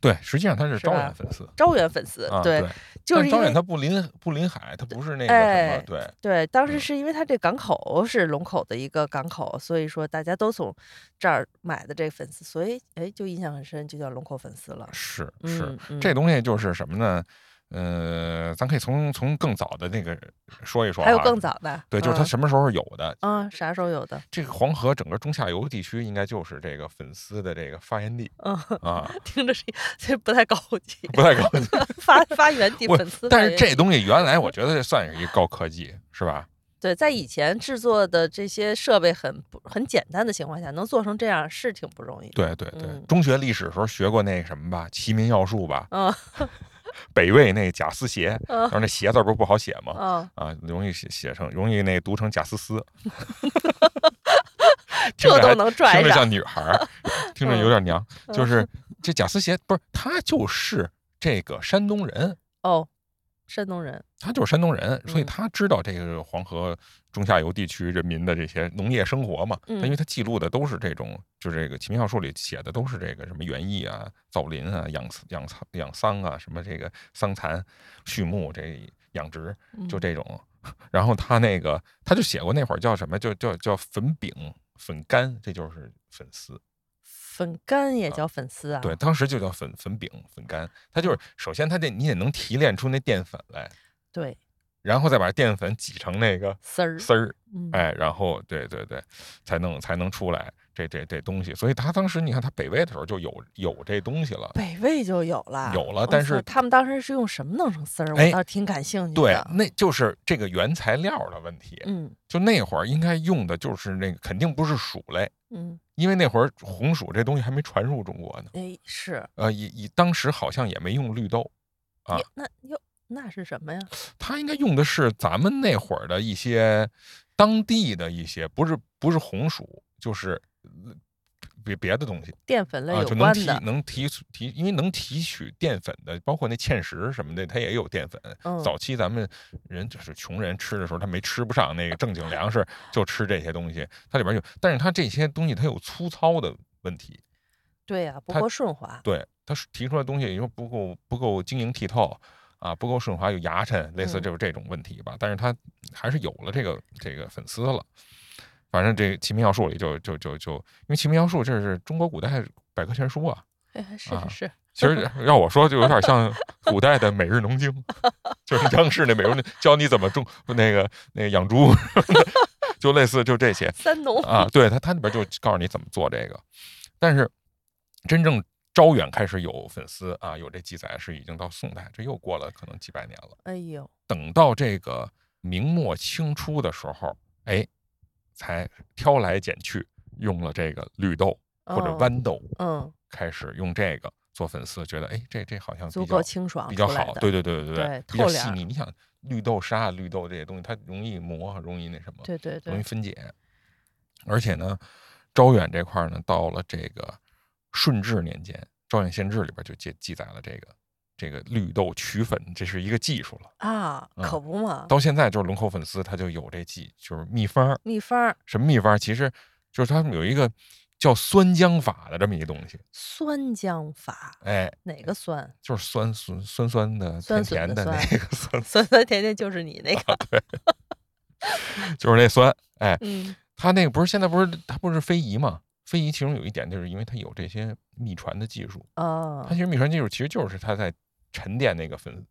B: 对，实际上他是
A: 是
B: 招
A: 吧
B: 远粉丝，
A: 招远粉丝，
B: 啊
A: 对，
B: 对，
A: 就
B: 但
A: 是因
B: 招
A: 为
B: 远他不临不临海，他不是那个什
A: 哎
B: 么，对，
A: 对，当时
B: 嗯
A: 是因为它这港口是龙口的一个港口，所以说大家都从这儿买的这个粉丝，所以哎就印象很深，就叫龙口粉丝了。
B: 是是
A: 嗯，，嗯
B: 这东西就是什么呢？呃，咱可以从从更早的那个说一说啊，
A: 还有更早的，
B: 对，就是它
A: 嗯
B: 什么时候有的？
A: 嗯啥时候有的？
B: 这个黄河整个中下游地区应该就是这个粉丝的这个发源地
A: 嗯，
B: 啊，
A: 听着是这不太高 级，
B: 不太高级。
A: 发发源 地
B: 我
A: 粉丝发源地。
B: 但是这东西原来我觉得这算是一高科技，是吧？
A: 对，在以前制作的这些设备很不很简单的情况下，能做成这样是挺不容易的。
B: 对对对，
A: 嗯
B: 中学历史的时候学过那什么吧，《齐民要术》吧，
A: 嗯
B: 北魏那贾思 勰，
A: 嗯
B: 然后那勰字儿不是不好写吗？
A: 嗯，
B: 啊，容易写写成，容易那读成贾思 思，听
A: 这
B: 着
A: 都
B: 还
A: 能拽
B: 听着
A: 上。嗯
B: 像女孩儿，听着有点娘。就是这贾思勰不是他就是这个山东人，
A: 哦，山东人，
B: 他就是山东人，所以
A: 嗯
B: 他知道这个黄河中下游地区人民的这些农业生活嘛。
A: 嗯
B: 他因为他记录的都是这种，就是这个《齐民要术》里写的都是这个什么园艺啊、造林啊、养养蚕、养桑啊，什么这个桑蚕、畜牧这养殖，就
A: 嗯
B: 这种。 然后他那个他就写过那会儿叫什么，就叫叫粉饼、粉干，这就是粉丝。
A: 粉干也叫粉丝啊。
B: 嗯对，当时就叫粉粉饼、粉干。它就是首先它得你得能提炼出那淀粉来，
A: 对
B: 然后再把淀粉挤成那个
A: 丝儿，
B: 丝儿，
A: 嗯，
B: 哎，然后对对对，才能才能出来这这这东西。所以他当时你看他北魏的时候就有有这东西了，
A: 北魏就有了，
B: 有了
A: 哇
B: 但
A: 塞
B: 是
A: 他们当时是用什么弄成丝儿？
B: 哎
A: 我倒是挺感兴趣
B: 对
A: 的。，
B: 那就是这个原材料的问题。
A: 嗯
B: 就那会儿应该用的就是那个，肯定不是薯类。
A: 嗯，
B: 因为那会儿红薯这东西还没传入中国呢，
A: 哎是，
B: 呃，以以当时好像也没用绿豆，啊
A: 哟那哟那是什么呀？
B: 它应该用的是咱们那会儿的一些当地的一些，不是不是红薯，就是呃别别的东西
A: 淀粉类
B: 啊，
A: 有
B: 就
A: 关
B: 能提
A: 的，
B: 能提提，因为能提取淀粉的，包括那芡实什么的，它也有淀粉。
A: 嗯
B: 早期咱们人就是穷人吃的时候，他没吃不上那个正经粮食，就吃这些东西，它里边有，但是它这些东西它有粗糙的问题，
A: 对呀，不
B: 它
A: 够顺滑。
B: 对，他是提出来的东西，你说不够不够晶莹剔透啊，不够顺滑，有牙碜，类似
A: 嗯
B: 就是这种问题吧。但是他还是有了这个这个粉丝了。反正这《齐民要术》里就就就就，因为《齐民要术》这是中国古代百科全书啊。
A: 哎是
B: 啊
A: 是是，
B: 其实要我说，就有点像古代的《每日农经》， 就是央视那《每日农经》教你怎么种那个那个养猪， 就类似就这些。
A: 三农
B: 啊，对它它里边就告诉你怎么做这个。但是真正招远开始有粉丝啊，有这记载是已经到宋代，这又过了可能几百年了。
A: 哎呦，
B: 等到这个明末清初的时候，哎，才挑来拣去，用了这个绿豆或者
A: 嗯
B: 豌豆，
A: 嗯，
B: 开始用这个做粉丝，觉得哎，这这好像
A: 足
B: 比
A: 够
B: 较
A: 清爽，
B: 比较好。对对对对
A: 对
B: 比较
A: 透
B: 细
A: 亮
B: 腻。你想绿豆沙、绿豆这些东西，它容易磨，容易那什么。
A: 对对
B: 容易
A: 对，
B: 分解。而且呢，招远这块儿呢，到了这个顺治年间，《招远县志》里边就记记载了这个这个绿豆取粉，这是一个技术了。
A: 啊，
B: 嗯
A: 可不嘛，
B: 到现在就是龙口粉丝，它就有这技，就是秘方儿。
A: 秘方儿
B: 什么秘方儿？其实就是他们有一个叫酸浆法的这么一个东西，
A: 酸浆法，
B: 哎，
A: 哪个酸？
B: 就是酸酸酸酸的、
A: 酸
B: 甜
A: 笋
B: 甜
A: 的
B: 的那
A: 酸
B: 个酸，
A: 酸酸甜甜就是你那
B: 啊
A: 个，
B: 就是那酸，哎，
A: 嗯
B: 它那个不是现在不是它不是非遗嘛？非遗其中有一点就是因为它有这些秘传的技术，
A: 啊
B: 它其，实秘传技术其实就是它在沉淀那个粉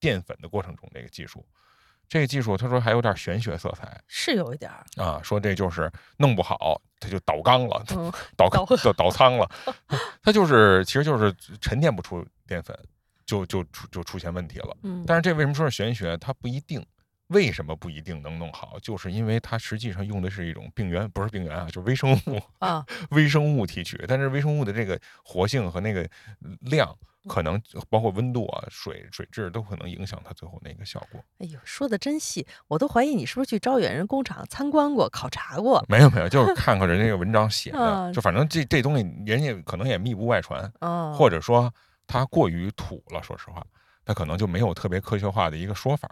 B: 淀粉的过程中那个技术。这个技术，他说还有点玄学色彩
A: 是有一点 儿，
B: 啊，说这就是弄不好它就倒缸了，
A: 嗯，
B: 倒
A: 倒
B: 缸就倒仓了，它就是其实就是沉淀不出淀粉，就就出就出现问题了。
A: 嗯，
B: 但是这为什么说是玄学？它不一定，为什么不一定能弄好？就是因为它实际上用的是一种病原，不是病原啊，就是微生物。
A: 啊，
B: 微生物提取，但是微生物的这个活性和那个量，
A: 嗯
B: 可能包括温度啊、水水质都可能影响它最后那个效果。
A: 哎呦，说的真细，我都怀疑你是不是去招远人工厂参观过、考察过
B: 没有没有，就是看看人家这个文章写
A: 啊
B: 的，就反正这这东西人家可能也密不外传，
A: 啊？
B: 或者说它过于土了。说实话，它可能就没有特别科学化的一个说法。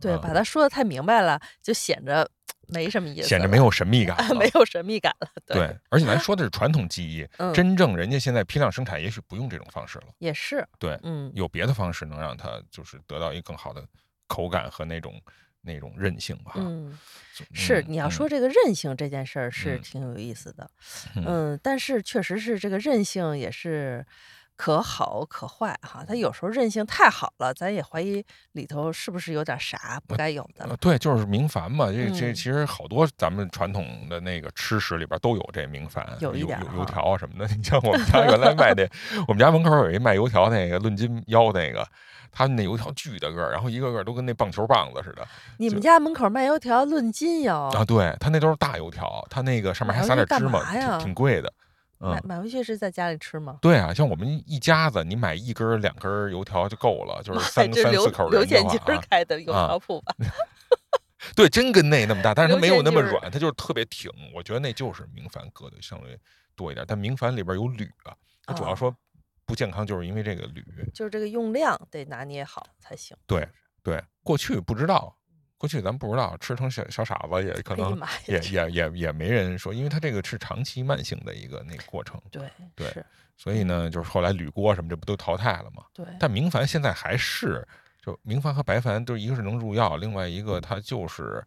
A: 对，
B: 嗯
A: 把它说的太明白了，就显着没什么意思了，
B: 显着没有神秘感了
A: 没有神秘感了。 对，
B: 对，而且咱说的是传统技艺，
A: 嗯
B: 真正人家现在批量生产，也许不用这种方式了，
A: 也是，
B: 对
A: 嗯，
B: 有别的方式能让它就是得到一个更好的口感和那种那种韧性吧。
A: 嗯，
B: 就，
A: 是
B: 嗯
A: 你要
B: 嗯
A: 说这个韧性这件事儿是
B: 嗯
A: 挺有意思的，
B: 嗯
A: 嗯，但是确实是这个韧性也是可好可坏哈。它有时候韧性太好了，咱也怀疑里头是不是有点啥不该有的
B: 呃，。对，就是明矾嘛，这这
A: 嗯
B: 其实好多咱们传统的那个吃食里边都有这明矾，
A: 有一
B: 油
A: 点
B: 油
A: 儿
B: 油
A: 啊
B: 条啊什么的。你像我们家原来卖那， 我们家门口有一卖油条那个论斤腰那个，他们那油条巨大个儿，然后一个个都跟那棒球棒子似的
A: 你们
B: 就
A: 家门口卖油条论斤哟，
B: 啊。对，他那都是大油条，他那个上面还
A: 买
B: 撒
A: 回
B: 点
A: 去哦干
B: 芝麻，
A: 嘛
B: 挺
A: 呀
B: 挺贵的。嗯
A: 买，买回去是在家里吃吗？
B: 对啊，像我们一家子，你买一根儿两根儿油条就够了， 就是三
A: 这
B: 三
A: 刘
B: 四口
A: 刘
B: 人的
A: 建
B: 话
A: 军
B: 啊，
A: 开的油
B: 啊
A: 条铺吧？
B: 对，真跟那那么大，但是它
A: 刘
B: 没有
A: 建
B: 那么
A: 军儿
B: 软，它就是特别挺。我觉得那就是明矾搁的相对多一点，但明矾里边有铝啊，它主要
A: 啊
B: 说不健康，就是因为这个铝。
A: 就是这个用量得拿捏好才行。
B: 对对，过去不知道，过去咱不知道，吃成小小傻子也可
A: 哎呀
B: 能
A: 妈呀，
B: 也
A: 这
B: 也也也没人说，因为它这个是长期慢性的一个那个过程，
A: 对
B: 对
A: 是，
B: 所以呢，就是后来铝锅什么这不都淘汰了吗？
A: 对
B: 但明矾现在还是，就明矾和白矾都一个是能入药，另外一个它就是，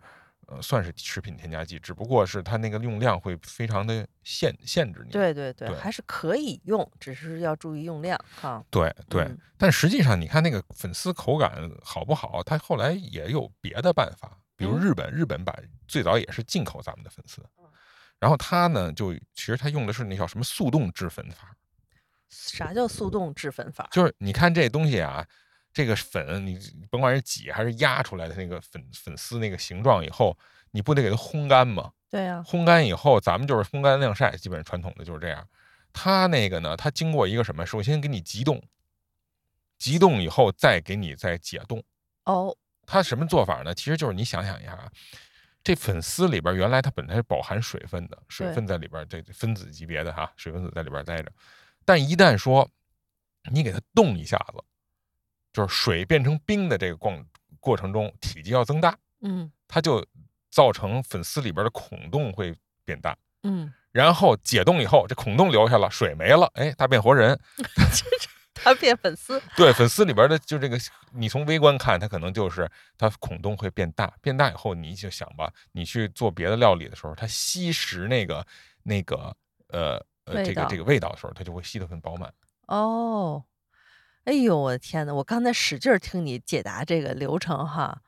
B: 呃，算是食品添加剂，只不过是它那个用量会非常的限限制你。
A: 对对对，
B: 对
A: 还是可以用，只是要注意用量哈。
B: 对对
A: 嗯
B: 但实际上你看那个粉丝口感好不好，它后来也有别的办法，比如
A: 嗯
B: 日本，日本把最早也是进口咱们的粉丝，然后它呢就其实它用的是那叫什么速冻制粉法，
A: 啥叫速冻制粉法？
B: 就是你看这东西啊，这个粉你甭管是挤还是压出来的那个粉粉丝那个形状以后，你不得给它烘干吗？
A: 对啊呀、
B: 烘干以后，咱们就是烘干晾晒，基本上传统的就是这样。它那个呢，它经过一个什么？首先给你急冻，急冻以后再给你再解冻。
A: 哦，
B: 它什么做法呢？其实就是你想想一下啊，这粉丝里边儿原来它本来是饱含水分的，水
A: 对
B: 分在里边儿，这这分子级别的哈，水分子在里边儿待着。但一旦说你给它冻一下子，就是水变成冰的这个过过程中，体积要增大，
A: 嗯
B: 它就造成粉丝里边儿的孔洞会变大。
A: 嗯，
B: 然后解冻以后，这孔洞留下了，水没了，哎，它变活人。
A: 他变粉丝，
B: 对，粉丝里边的就这个，你从微观看，它可能就是它孔洞会变大，变大以后，你就想吧，你去做别的料理的时候，它吸食那个那个呃呃
A: 味
B: 这个
A: 道
B: 这个味道的时候，它就会吸得很饱满。
A: 哦，哎呦，我的天呐，我刚才使劲儿听你解答这个流程哈，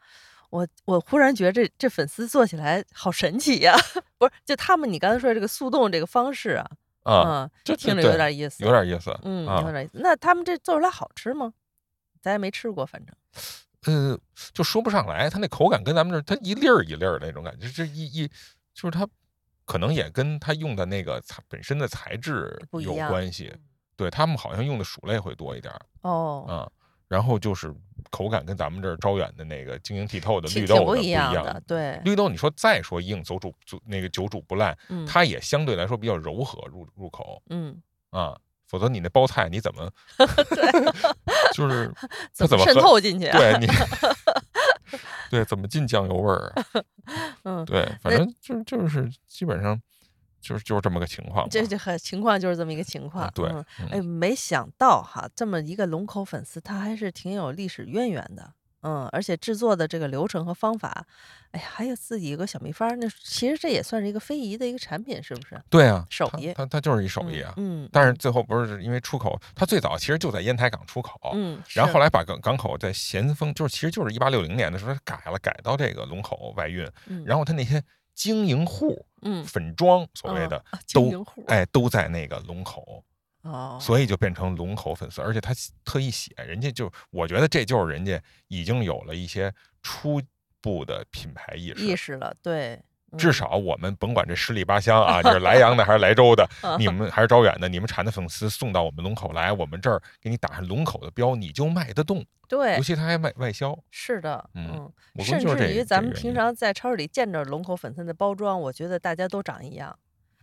A: 我我忽然觉得这这粉丝做起来好神奇呀、 不是，就他们你刚才说的这个速冻这个方式啊，
B: 啊，
A: 嗯，
B: 这
A: 听着
B: 对
A: 有点意思，
B: 有点意思。
A: 嗯，
B: 啊
A: 有点意思。那他们这做出来好吃吗？咱也没吃过，反正
B: 呃，就说不上来，它那口感跟咱们这儿它一粒儿一粒儿的那种感觉，这一一就是它可能也跟它用的那个材本身的材质
A: 不一
B: 有
A: 样嗯
B: 关系。对他们好像用的薯类会多一点儿
A: 哦，
B: 啊、然后就是口感跟咱们这儿招远的那个晶莹剔透的
A: 挺
B: 嗯绿
A: 挺
B: 豆的
A: 不
B: 一
A: 一样的，对，
B: 绿豆，你说再说硬，走煮煮那个久煮不烂，
A: 嗯
B: 它也相对来说比较柔和入入口
A: 嗯，
B: 啊、否则你那包菜你怎 么，就是它怎么
A: 渗
B: 和
A: 透进去啊？
B: 对你，对怎么进酱油味儿、啊？
A: 嗯，
B: 对，反
A: 那
B: 正就就是基本上就是就是这么个情况吧。
A: 这这很情况就是这么一个情况。
B: 对
A: 嗯
B: 嗯
A: 哎，没想到哈，这么一个龙口粉丝，它还是挺有历史渊源的。嗯，而且制作的这个流程和方法，哎呀，还有自己有个小秘方儿，那其实这也算是一个非遗的一个产品，是不是？
B: 对啊，
A: 手
B: 它
A: 艺
B: 它它就是一手艺啊。
A: 嗯，嗯
B: 但是最后不是因为出口，它最早其实就在烟台港出口，
A: 嗯，
B: 然后后
A: 来
B: 来把港港口在咸丰，就是其实就是一八六零年的时候它改了，改到这个龙口外运，
A: 嗯
B: 然后它那些经营户、
A: 嗯，
B: 粉庄所谓
A: 嗯
B: 的
A: 啊经营
B: 都
A: 户
B: 哎都在那个龙口，
A: 哦，
B: 所以就变成龙口粉丝，而且他写特意写，人家就我觉得这就是人家已经有了一些初步的品牌意识，
A: 意识了， 对，
B: 至
A: 嗯
B: 少我们甭管这十里八乡啊，你是莱阳的还是莱州的，
A: 啊
B: 你们还是招远的，你们产的粉丝送到我们龙口来，我们这儿给你打上龙口的标，你就卖得动。
A: 对
B: 尤，其他还卖外销，
A: 是的，
B: 嗯
A: 嗯，
B: 我估计
A: 甚
B: 就是这
A: 至于
B: 这
A: 咱
B: 个
A: 们
B: 原
A: 平
B: 因
A: 常在超市里见着龙口粉丝的包装，我觉得大家都长一样，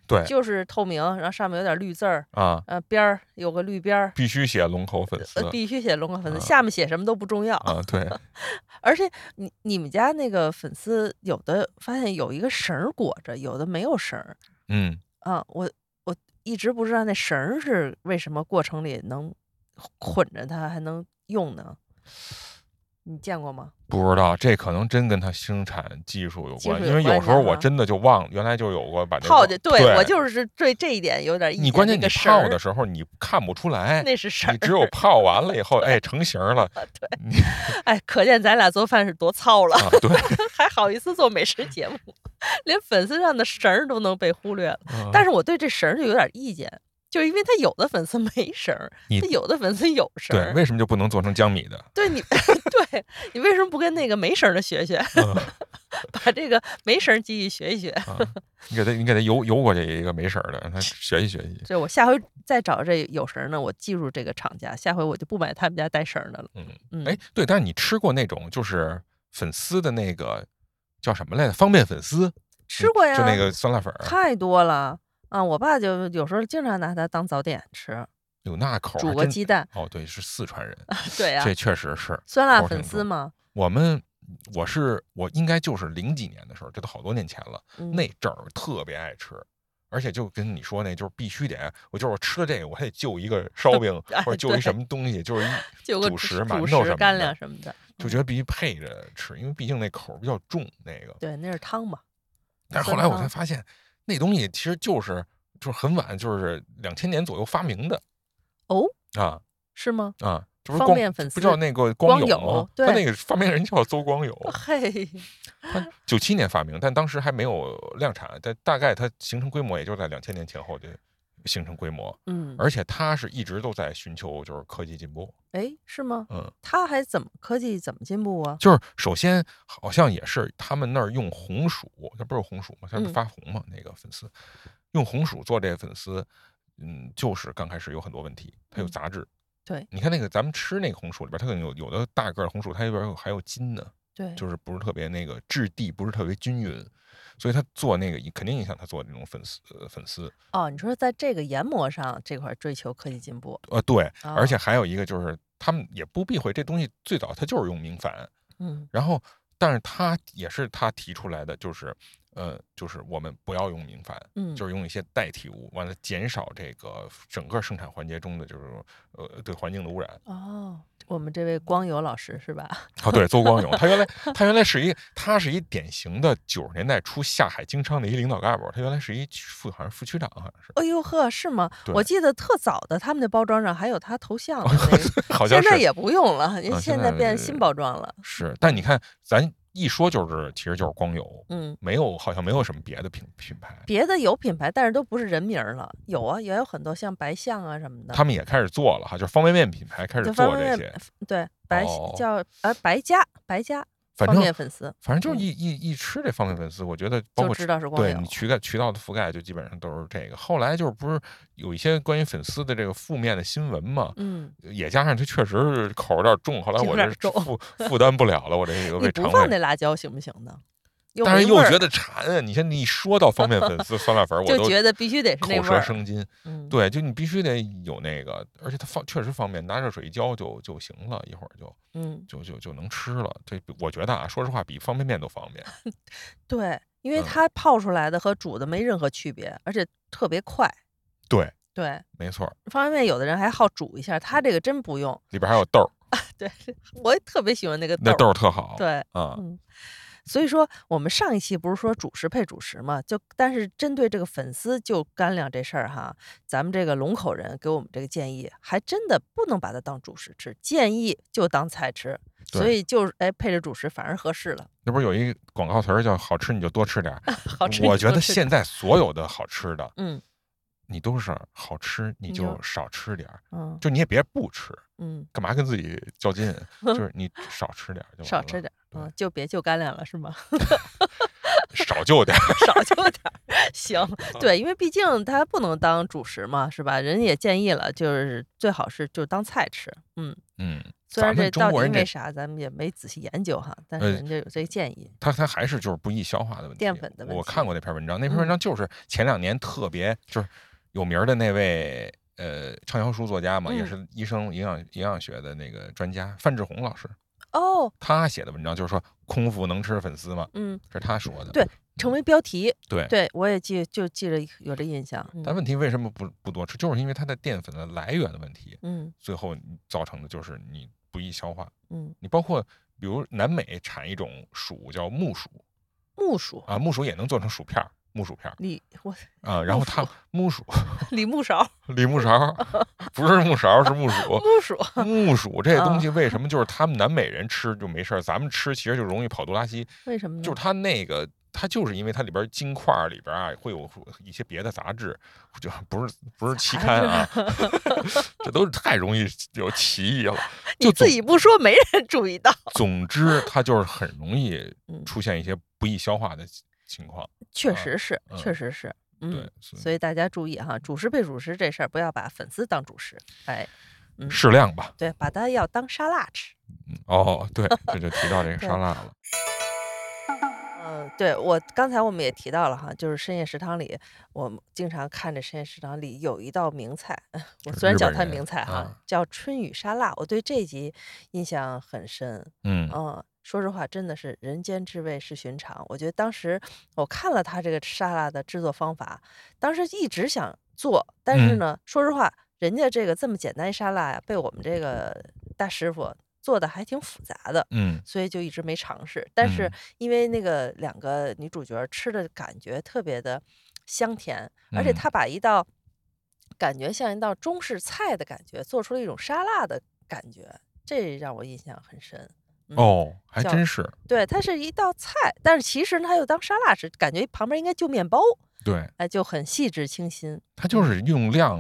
B: 对
A: 就是透明，然后上面有点绿字儿，
B: 啊，
A: 呃，边儿有个绿边儿，
B: 必须写龙口粉丝
A: 呃，必须写龙口粉丝，
B: 啊
A: 下面写什么都不重要。
B: 啊，对，
A: 而且你你们家那个粉丝有的发现有一个绳儿裹着，有的没有绳儿
B: 嗯，
A: 啊，我我一直不知道那绳儿是为什么过程里能捆着它还能用呢？你见过吗？
B: 不知道这可能真跟他生产技术有
A: 技
B: 关，
A: 术
B: 因
A: 有
B: 为有
A: 关
B: 时候
A: 系
B: 我
A: 哈
B: 真的就忘，原来就有过把那
A: 泡
B: 个
A: 的，
B: 对
A: 我就是对这一点有点意见。
B: 你关键
A: 那
B: 你
A: 个绳儿
B: 泡的时候你看不出来，
A: 那是绳
B: 你
A: 儿，
B: 只有泡完了以后，哎，成型 了
A: 哎，可见咱俩做饭是多糙了，
B: 啊，对，
A: 还好意思做美食节目， 连粉丝上的绳儿都能被忽略了。
B: 啊
A: 但是我对这绳儿就有点意见，就是因为他有的粉丝 没绳儿，
B: 你
A: 他有的粉丝有绳
B: 对，
A: 儿。
B: 为什么就不能做成江米的？
A: 对你，对你为什么不跟那个没绳儿的学学，
B: 嗯
A: 把这个没绳儿技艺学一学？
B: 啊，你给他，你给他邮邮过去一个没事儿的，让他学习学习。
A: 这我下回再找这有绳儿呢，我记住这个厂家，下回我就不买他们家带绳儿的了。
B: 嗯，
A: 嗯，
B: 哎，对，但是你吃过那种就是粉丝的那个叫什么来着？方便粉丝，
A: 吃过呀，
B: 嗯就那个酸辣粉儿，
A: 太多了啊！我爸就有时候经常拿它当早点吃，
B: 有那口儿
A: 煮
B: 还
A: 个
B: 真
A: 鸡蛋。
B: 哦，对，是四川人，
A: 对呀、
B: 这确实是
A: 酸辣
B: 口
A: 粉
B: 挺
A: 丝
B: 重
A: 嘛，
B: 我们。我是我应该就是零几年的时候，这都好多年前了。
A: 嗯
B: 那阵儿特别爱吃，而且就跟你说那，就是必须得，我就是我吃了这个，我还得就一个烧饼
A: 哎
B: 或者就一
A: 对
B: 什么东西，就是一
A: 就有个
B: 主食馒
A: 主
B: 头什
A: 食
B: 么
A: 干
B: 的
A: 粮什么的。
B: 就觉得必须配着吃，因为毕竟那口儿比较重那个。
A: 对，那是汤嘛。
B: 但是后
A: 酸
B: 来我
A: 汤
B: 才发现，那东西其实就是就是很晚，就是两千年左右发明的
A: 哦，
B: 啊
A: 是吗？
B: 啊，这不是
A: 方
B: 光
A: 便粉
B: 不叫
A: 丝
B: 那个
A: 光
B: 友
A: 友
B: 吗？他
A: 对
B: 那个发明人叫邹 光友，
A: 嘿，
B: 他九七年发明，但当时还没有量产，但大概它形成规模也就在两千年前后就形成规模，
A: 嗯，
B: 而且它是一直都在寻求就是科技进步，
A: 哎，是吗？
B: 嗯，
A: 它还怎么科技怎么进步啊？
B: 就是首先好像也是他们那儿用红薯，那不是有红薯吗？他们
A: 嗯
B: 发红嘛，那个粉丝用红薯做这个粉丝，嗯，就是刚开始有很多问题，它有
A: 嗯
B: 杂质。
A: 对，
B: 你看那个咱们吃那个红薯里边，它可能有有的大个儿红薯，它里边有还有筋呢，
A: 对，
B: 就是不是特别那个质地不是特别均匀，所以他做那个肯定影响他做那种粉丝呃粉丝。
A: 哦，你说在这个研磨上这块儿追求科技进步，
B: 呃，对，而且
A: 哦
B: 还有一个就是他们也不避讳这东西，最早它就是用明矾，
A: 嗯，
B: 然后，但是他也是他提出来的，就是，呃，就是我们不要用明矾，
A: 嗯
B: 就是用一些代替物，完了减少这个整个生产环节中的就是呃对环境的污染。
A: 哦，我们这位光友老师是吧？
B: 哦，对，邹光勇，他原来他原来是一他是一典型的九十年代初下海经商的一个领导干部，他原来是一区副好像是副区长，啊好像是，
A: 哎呦呵，是吗？我
B: 对
A: 记得特早的，他们的包装上还有他头像的那个，
B: 好像
A: 现
B: 是
A: 在也不用了，人
B: 啊现
A: 现
B: 在
A: 在变新包装了。
B: 是。但你看，咱一说就是，其实就是光友，
A: 嗯，
B: 没有好像没有什么别的品品牌，
A: 别的有品牌，但是都不是人名儿了。有啊，也有很多像白象啊什么的。
B: 他们也开始做了哈，就是方便面品牌开始
A: 对
B: 做
A: 方
B: 这
A: 便
B: 些
A: 面。对白
B: 哦
A: 叫呃白家白家
B: 反
A: 方
B: 正
A: 便粉丝，
B: 反正就是
A: 嗯
B: 一一一吃这方面粉丝，我觉得包括
A: 就知道是光
B: 对
A: 友
B: 你渠道渠道的覆盖，就基本上都是这个。后来就是不是有一些关于粉丝的这个负面的新闻嘛，
A: 嗯，
B: 也加上它确实是口儿有点重，后来
A: 有
B: 我
A: 点
B: 这
A: 重
B: 负负担不了了，我这个
A: 你
B: 胃肠
A: 不放
B: 胃。
A: 那辣椒行不行呢？又
B: 但
A: 没
B: 是又
A: 味儿
B: 觉得馋，啊你像你一说到方便粉丝、 酸辣粉儿，我
A: 就
B: 都
A: 觉得必须得是那味
B: 口舌
A: 儿。
B: 生津。
A: 嗯，
B: 对，就你必须得有那个，而且它方确实方便，拿热水一浇就就行了，一会儿就
A: 嗯，
B: 就就就能吃了。这我觉得啊，说实话比方便面都 方便。
A: 对，因为
B: 嗯
A: 它泡出来的和煮的没任何区别，而且特别快。
B: 对，
A: 对，
B: 没错儿，
A: 方便面有的人还好煮一下，他这个真不用。
B: 里边还有豆儿。
A: 我也特别喜欢那个豆
B: 那
A: 儿，
B: 豆儿特好，
A: 对，
B: 啊，
A: 嗯。所以说，我们上一期不是说主食配主食嘛？就但是针对这个粉丝就干粮这事儿哈，咱们这个龙口人给我们这个建议，还真的不能把它当主食吃，建议就当菜吃。所
B: 对
A: 以就是哎，配着主食反而合适了，
B: 那不是有一个广告词儿叫“好吃你就多吃点儿
A: 好”，吃。
B: 我觉得现在所有的好吃的，
A: 嗯
B: 你都是好吃，你
A: 你
B: 就
A: 就
B: 少吃点儿，
A: 嗯
B: 就你也别不吃，
A: 嗯，
B: 干嘛跟自己 较劲？就是你少吃点儿就完
A: 少
B: 了
A: 吃点儿，
B: 对
A: 嗯，就别就干粮了是吗？
B: 少就点儿。
A: 少就点儿。 行，对，因为毕竟它不能当主食嘛，是吧？人家也建议了，就是最好是就当菜吃。嗯，
B: 嗯，
A: 虽然
B: 咱
A: 这
B: 们中
A: 到
B: 国
A: 底
B: 人
A: 为
B: 这
A: 啥，咱们也没仔细研究哈，但
B: 呃
A: 是人家有这个建议。
B: 它它还是就是不易消化的问题。
A: 淀粉的问
B: 我
A: 题
B: 看过那篇文章，那篇文
A: 嗯
B: 章就是前两年特别就是有名儿的那位呃畅销书作家嘛，也
A: 嗯
B: 是医生营养营养学的那个专家范志红老师，
A: 哦，
B: 他写的文章就是说空腹能吃粉丝吗？
A: 嗯，
B: 这是他说的。
A: 对成为标题，
B: 对
A: 对我也记就记着有这印象。嗯
B: 但问题为什么不不多吃？就是因为它的淀粉的来源的问题，
A: 嗯
B: 最后你造成的就是你不易消化。
A: 嗯，
B: 你包括比如南美产一种薯叫木薯
A: 木薯
B: 啊，木薯也能做成薯片儿，木薯片儿
A: 李我
B: 啊。然后它木薯
A: 李木勺
B: 李木勺不是木勺是木薯。
A: 木薯，
B: 木薯这东
A: 啊
B: 西为什么就是他们南美人吃就没事儿，咱们吃其实就容易跑肚拉稀，
A: 为什么呢？
B: 就是它那个。它就是因为它里边儿金块儿里边儿啊会有一些别的杂质，就不是不是期
A: 杂
B: 刊
A: 质
B: 啊， 这都是太容易有歧义了。
A: 你
B: 就
A: 自
B: 总
A: 己不说，没人注意到。
B: 总之，它就是很容易
A: 嗯
B: 出现一些不易消化的情情况。
A: 确
B: 啊
A: 实是，确
B: 嗯
A: 实是，
B: 对
A: 嗯，，
B: 所
A: 所以大家注意哈，主食配主食这事儿不要把粉丝当主食，哎，
B: 以适量吧。
A: 对，把它要当沙拉吃。
B: 嗯哦，对，这就提到这个
A: 对
B: 沙拉了。
A: 嗯，对我刚才我们也提到了哈，就是深夜食堂里，我们经常看着深夜食堂里有一道名菜， 我
B: 是
A: 虽然
B: 日
A: 叫
B: 本
A: 它
B: 人
A: 名菜哈，
B: 啊
A: 叫春雨沙拉，我对这集印象很深。
B: 嗯
A: 嗯，说实话，真的是人间至味是寻常。我觉得当时我看了他这个沙拉的制作方法，当时一直想做，但是
B: 嗯
A: 呢，说实话，人家这个这么简单一沙拉呀，被我们这个大师傅做的还挺复杂的。
B: 嗯
A: 所以就一直没尝试，但是
B: 嗯
A: 因为那个两个女主角吃的感觉特别的香甜，而且
B: 嗯
A: 她把一道感觉像一道中式菜的感觉，做出了一种沙拉的感觉，这让我印象很深。嗯
B: 哦，还
A: 叫
B: 真是
A: 对，它是一道菜，但是其实呢，它又当沙拉吃，感觉旁边应该就面包，
B: 对。
A: 哎，就很细致清新。
B: 它就是用量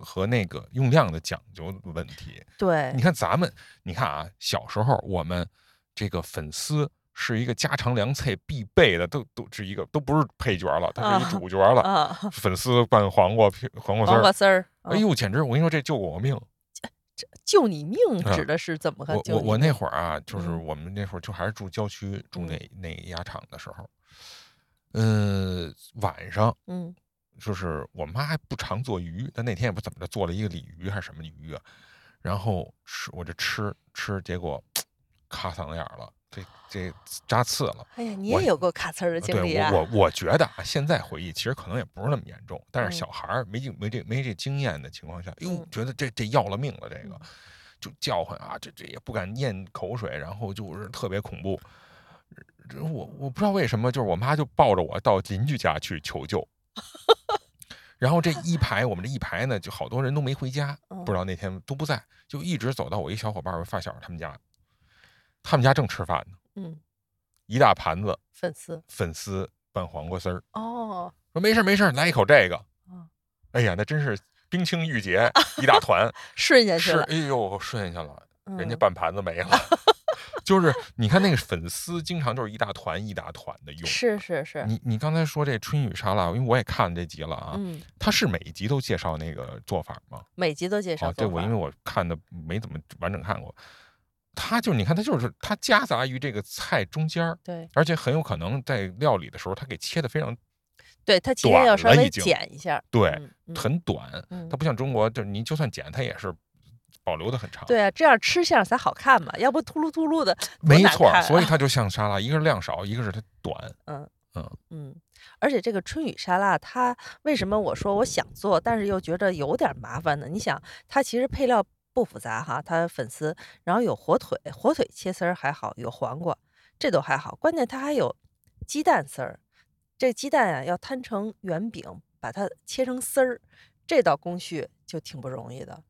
B: 和那个用量的讲究问题。
A: 对
B: 你，看咱们，你看啊，小时候我们这个粉丝是一个家常凉菜必备的，都都是一个都不是配角了，它是一
A: 啊
B: 主角了。
A: 啊，
B: 粉丝拌黄瓜片黄瓜丝
A: 黄瓜
B: 儿，
A: 丝儿，
B: 哎
A: 嗯，
B: 呦，简直我跟你说，这救过我命。
A: 救你命
B: 啊
A: 指的是怎么个
B: 我
A: 救
B: 我
A: 你
B: 我
A: 命
B: 那会儿啊，就是
A: 嗯
B: 我们那会儿就还是住郊区，住
A: 嗯
B: 那那鸭场的时候，呃，晚上
A: 嗯
B: 就是我妈还不常做鱼，但那天也不怎么着做了一个鲤鱼还是什么鱼啊，然后吃我就吃吃，结果卡嗓子眼儿了，这这扎刺了。
A: 哎呀，你
B: 我
A: 也有过卡刺儿的经历
B: 对
A: 啊？
B: 我我我觉得啊，现在回忆其实可能也不是那么严重，但
A: 嗯
B: 是小孩儿没经没这没这经验的情况下，哟
A: 嗯，
B: 觉得这这要了命了，这个
A: 嗯
B: 就叫唤啊，这这也不敢咽口水，然后就是特别恐怖。这我我不知道为什么，就是我妈就抱着我到邻居家去 求救，然后这一排我们这一排呢，就好多人都没回家，
A: 嗯
B: 不知道那天都不在，就一直走到我一小伙伴儿我发小他们家，他们家正吃饭呢，
A: 嗯，
B: 一大盘子
A: 粉丝
B: 粉丝拌黄瓜丝儿。
A: 哦，
B: 说没事儿没事儿，来一口这个
A: 嗯。
B: 哎呀，那真是冰清玉洁一 大团，
A: 顺下去
B: 是
A: 了。
B: 哎呦顺下了，人家
A: 嗯
B: 半盘子没了。 就是你看那个粉丝，经常就是一大团一大团的用。
A: 是是是，
B: 你你刚才说这春雨沙拉，因为我也看这集了啊，
A: 嗯，
B: 它是每一集都介绍那个做法吗？
A: 每集都介绍
B: 哦，
A: 做
B: 对，
A: 法。
B: 我因为我看的没怎么完整看过，它就你看它就是它夹杂于这个菜中间儿，
A: 对
B: 而且很有可能在料理的时候，它给切的非常
A: 对，它其实
B: 短
A: 要稍
B: 了已
A: 微
B: 经
A: 剪一下儿。
B: 对，
A: 嗯，嗯
B: 很短，
A: 嗯
B: 它不像中国，就是你就算剪，它也是保留的很长。，
A: 对啊，这样吃相才好看嘛，要不秃噜秃噜的，多
B: 没
A: 难
B: 错儿，
A: 看
B: 所以
A: 啊
B: 它就像沙拉，一个是量少，一个是它短。
A: 嗯
B: 嗯
A: 嗯，而且这个春雨沙拉，它为什么我说我想做，但是又觉得有点麻烦呢？你想，它其实配料不复杂哈，它粉丝，然后有火腿，火腿切丝儿还好，有黄瓜，这都还好，关键它还有鸡蛋丝儿，这鸡蛋啊要摊成圆饼，把它切成丝儿，这道工序就挺不容易的。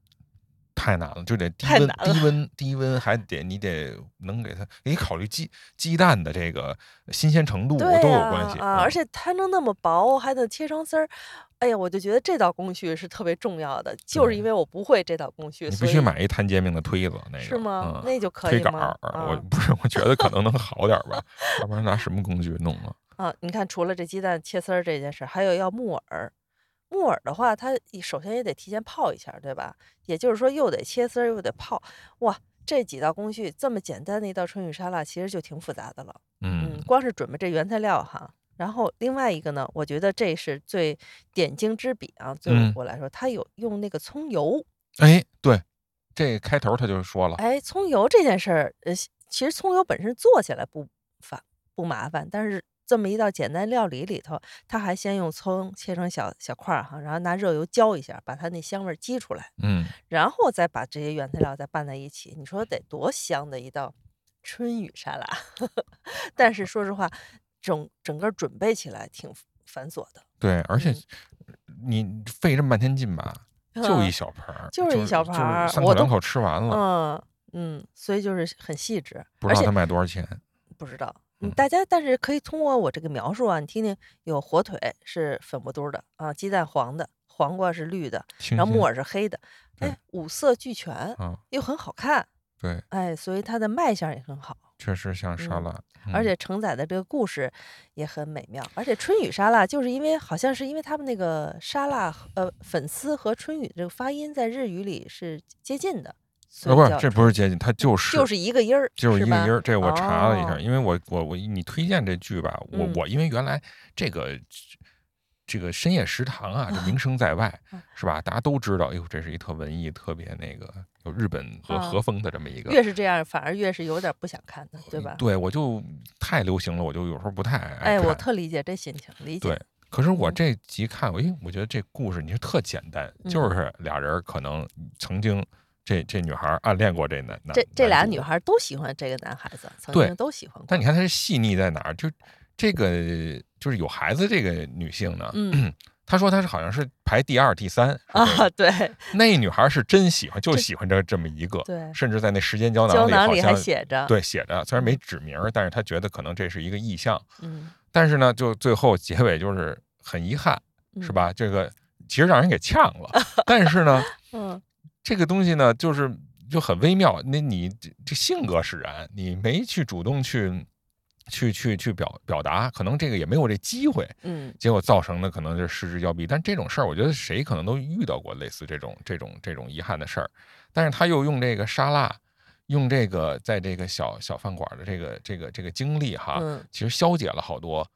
B: 太难了，就得低
A: 太
B: 温
A: 难，了
B: 低温，低温，还得你得能给它，你考虑鸡鸡蛋的这个新鲜程度都
A: 对
B: 有
A: 啊
B: 关系嗯
A: 啊，而且摊成那么薄，还得切成丝儿，哎呀，我就觉得这道工序是特别重要的，就是
B: 对
A: 因为我不会这道工序，
B: 你
A: 所
B: 必须
A: 以
B: 买一摊煎饼的推子，那个
A: 是吗？
B: 嗯
A: 那就可
B: 推
A: 以
B: 杆
A: 吗
B: 儿？，
A: 啊
B: 我不是，我觉得可能能好点儿吧，要不然拿什么工具弄啊？
A: 啊，你看，除了这鸡蛋切丝儿这件事儿，还有要木耳。木耳的话，它也首先也得提前泡一下儿，对吧？也就是说，又得切丝儿，又得泡。哇，这几道工序，这么简单的一道春雨沙拉，其实就挺复杂的了。嗯
B: 嗯，
A: 光是准备这原材料哈。然后另外一个呢，我觉得这是最点睛之笔啊，对
B: 嗯
A: 我来说，它有用那个葱油。
B: 哎，对，这开头他就说了，
A: 哎，葱油这件事儿，呃，其实葱油本身做起来不烦不麻烦，但是这么一道简单料理里头，它还先用葱切成小小块儿哈，然后拿热油浇一下，把它那香味儿激出来，
B: 嗯，
A: 然后再把这些原材料再拌在一起，你说得多香的一道春雨沙拉！ 但是说实话，整整个准备起来挺繁琐的，
B: 对，而且
A: 嗯
B: 你费这么半天劲吧，就一
A: 嗯
B: 小盘儿，
A: 就是一小盘
B: 就
A: 儿
B: 是三
A: 我
B: 口两
A: 都
B: 口吃完了，
A: 嗯嗯，所以就是很细致，
B: 不
A: 而
B: 知道
A: 且
B: 他卖多少钱。
A: 不知道。嗯，
B: 嗯
A: 大家但是可以通过我这个描述啊，你听听，有火腿是粉不嘟的啊，鸡蛋黄的，黄瓜是绿的，
B: 清
A: 然后木
B: 新
A: 耳是黑的，
B: 嗯对
A: 哎，五色俱全，
B: 啊，
A: 又很好看，
B: 对，
A: 哎，所以它的卖相也很好，
B: 确实像沙
A: 嗯
B: 拉，
A: 而
B: 嗯
A: 且承载的这个故事也很美妙。而且春雨沙拉就是因为好像是因为他们那个沙拉和呃粉丝和春雨这个发音在日语里是接近的，所
B: 呃，
A: 以
B: 不是
A: 叫，
B: 这不是接近，它就是
A: 就是一个音儿，
B: 就是一个
A: 吧
B: 音儿。这我查了一下，
A: 哦
B: 因为我我我你推荐这剧吧，我
A: 嗯
B: 我因为原来这个这个深夜食堂啊，这名声在外
A: 啊
B: 是吧？大家都知道，哎呦，这是一特文艺、特别那个有日本和
A: 啊
B: 和风的这么一个。嗯
A: 越是这样，反而越是有点不想看的，对吧？
B: 对，我就太流行了，我就有时候不太爱
A: 哎，我
B: 看。
A: 特理解这心情，理解。
B: 对可是我
A: 嗯
B: 这集看，我因为我觉得这故事你是特简单，
A: 嗯
B: 就是俩人可能曾经这这女孩暗恋过这男男
A: 这这俩
B: 男主
A: 女孩都喜欢这个男孩子，曾
B: 对
A: 经都喜欢过。
B: 但你看她是细腻在哪儿？就这个就是有孩子这个女性呢，
A: 嗯
B: 她说她是好像是排第二、第三是这个
A: 啊，对
B: 那女孩是真喜欢，就喜欢这这么一个，
A: 对，
B: 甚至在那时间胶
A: 胶
B: 囊里
A: 囊
B: 好
A: 里还
B: 像
A: 写嗯着，，
B: 对写着，虽然没指名儿，但是她觉得可能这是一个意向。
A: 嗯，
B: 但是呢，就最后结尾就是很遗憾，是
A: 嗯？
B: 吧？这个其实让人给呛了，但是呢，
A: 嗯，
B: 这个东西呢，就是就很微妙。那你这这性格使然，你没去主动去去去去表表达，可能这个也没有这机会，
A: 嗯，
B: 结果造成的可能就是失之交臂。但这种事儿，我觉得谁可能都遇到过类似这种这种这种遗憾的事儿。但是他又用这个沙拉，用这个在这个小小饭馆的这个这个这个经历哈，
A: 嗯，
B: 其实消解了好多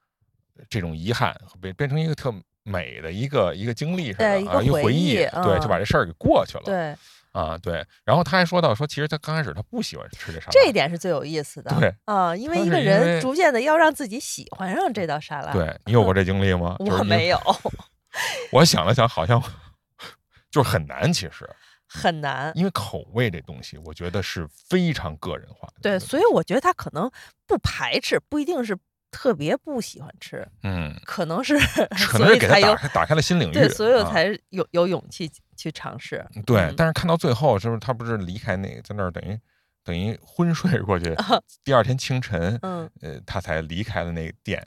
B: 这种遗憾，变变成一个特美的一个一个经历似的
A: 对
B: 啊，
A: 一个
B: 一个
A: 回
B: 回
A: 忆
B: 对，就
A: 嗯
B: 把这事儿给过去了。
A: 对，
B: 啊，对。然后他还说到说，其实他刚开始他不喜欢吃这沙拉，
A: 这一点是最有意思的。
B: 对
A: 啊，因为
B: 他
A: 一
B: 是
A: 个
B: 因
A: 人
B: 为
A: 逐渐的要让自己喜欢上这道沙拉。，
B: 对你有过这经历吗？就是
A: 我
B: 你
A: 没有，
B: 我想了想，好像 就是很难，其实
A: 很难。
B: 因为口味这东西，我觉得是非常个人化的。
A: 对，所以我觉得他可能不排斥，不一定是特别不喜欢吃，
B: 嗯，
A: 可能是，
B: 可
A: 所
B: 能是
A: 以
B: 给他
A: 才有
B: 打开打开了新领域，
A: 对，所以
B: 啊
A: 才有有勇气去尝试。
B: 对
A: 嗯。
B: 但是看到最后，是不是他不是离开那个在那儿等于等于昏睡 过去，第二天清晨，
A: 嗯
B: 呃，他才离开了那个店。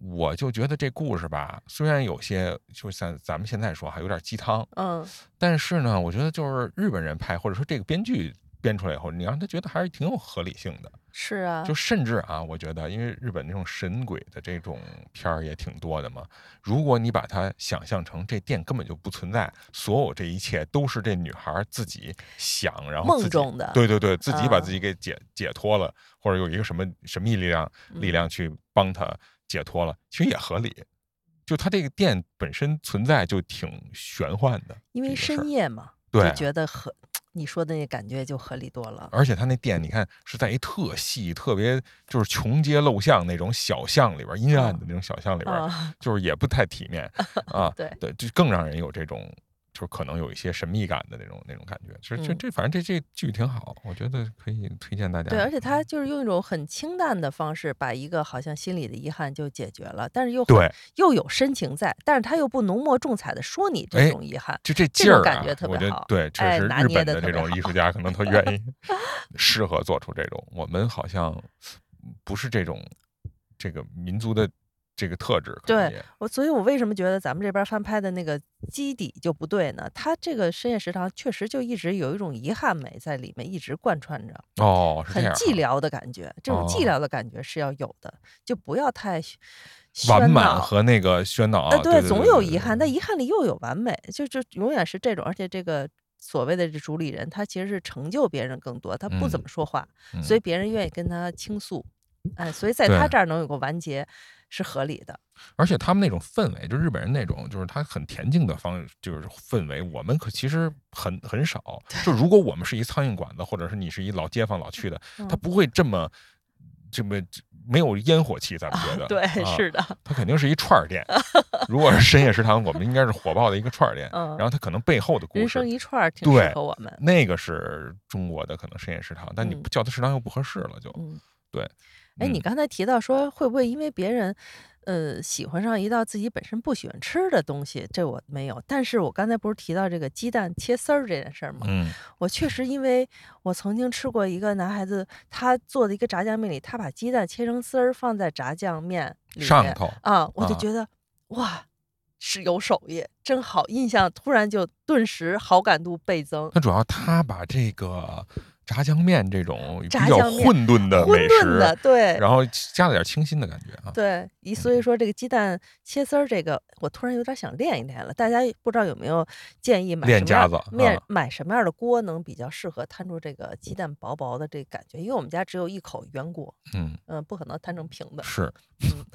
B: 我就觉得这故事吧，虽然有些就像咱们现在说还有点鸡汤，
A: 嗯，
B: 但是呢，我觉得就是日本人拍，或者说这个编剧编出来以后，你让他觉得还是挺有合理性的。
A: 是啊，
B: 就甚至啊，我觉得因为日本那种神鬼的这种片儿也挺多的嘛，如果你把它想象成这店根本就不存在，所有这一切都是这女孩自己想，然后
A: 梦
B: 自己
A: 中的
B: 对对对，自己把
A: 啊
B: 自己给解、解脱了，或者有一个什么神秘力量力
A: 嗯
B: 量去帮她解脱了，其实也合理。就他这个店本身存在就挺玄幻的，
A: 因为
B: 这个事儿
A: 深夜嘛，
B: 对啊
A: 就觉得合你说的那感觉就合理多了。
B: 而且他那店，你看是在一特细、特别就是穷街陋巷那种小巷里边儿，阴暗的那种小巷里边儿，
A: 啊，
B: 就是也不太体 面啊。
A: 嗯对
B: 对，就更让人有这种就是可能有一些神秘感的那种那种感觉。其实这
A: 嗯
B: 这反正这这剧挺好，我觉得可以推荐大家。嗯
A: 对，而且他就是用一种很清淡的方式，把一个好像心里的遗憾就解决了，但是又很
B: 对，
A: 又有深情在，但是他又不浓墨重彩的说你
B: 哎
A: 这种遗憾。
B: 就这
A: 这
B: 劲
A: 种
B: 儿
A: 感
B: 啊
A: 觉特
B: 我
A: 别
B: 觉得
A: 好
B: 对，确
A: 哎
B: 实
A: 拿
B: 日
A: 捏
B: 本
A: 得
B: 的
A: 特
B: 这
A: 别
B: 种艺
A: 好
B: 术家可能他愿 意适合做出这种，我们好像不是这种这个民族的这个特质。
A: 对，我所以，我为什么觉得咱们这边翻拍的那个基底就不对呢？它这个深夜食堂确实就一直有一种遗憾美在里面，一直贯穿着，
B: 哦，是这
A: 很
B: 样啊，
A: 寂寥的感觉。这种
B: 哦
A: 寂寥的感觉是要有的，就不要太喧
B: 完满
A: 闹。
B: 和那个喧闹啊，
A: 呃，
B: 对，
A: 总有遗憾，
B: 的
A: 但遗憾里又有完美，就就永远是这种。而且这个所谓的这主理人，他其实是成就别人更多，他不怎
B: 嗯
A: 么说话，所以别人愿意跟他倾诉，哎，所以在
B: 对
A: 他这儿能有个完结是合理的。
B: 而且他们那种氛围，就日本人那种，就是他很恬静的方，就是氛围，我们可其实很很少。就如果我们是一苍蝇馆子，或者是你是一老街坊老去的，他
A: 嗯
B: 不会这么这么没有烟火气，咱们觉得、
A: 对，
B: 啊
A: 是的，
B: 它肯定是一串儿店。如果是深夜食堂，我们应该是火爆的一个串儿店。
A: 嗯
B: 然后它可能背后的故
A: 人生
B: 事，
A: 一串儿挺适
B: 对
A: 合我们。
B: 那个是中国的可能深夜食堂，但你
A: 嗯
B: 不叫它食堂又不合适了，就
A: 嗯，
B: 对。
A: 哎，你
B: 嗯
A: 刚才提到说，会不会因为别人，呃，喜欢上一道自己本身不喜欢吃的东西？这我没有。但是我刚才不是提到这个鸡蛋切丝儿这件事儿吗？
B: 嗯
A: 我确实因为我曾经吃过一个男孩子他做的一个炸酱面里，他把鸡蛋切成丝儿放在炸酱面里
B: 上
A: 面
B: 头
A: 啊，我就
B: 啊
A: 觉得、哇，是有手艺，真好，印象突然就顿时好感度倍增。
B: 那主要他把这个炸酱面这种比
A: 炸
B: 较
A: 酱面
B: 混沌的
A: 混
B: 美
A: 沌的，
B: 食，
A: 对
B: 然后加了点清新的感觉啊。
A: 对，一所以说这个鸡蛋切丝儿这个，我突然有点想练一练了。大家不知道有没有建议买
B: 练
A: 什么样
B: 家子
A: 面
B: 啊
A: 买什么样的锅能比较适合摊出这个鸡蛋薄薄的这感觉？因为我们家只有一口圆锅，
B: 嗯，
A: 嗯，不可能摊成平的。
B: 是，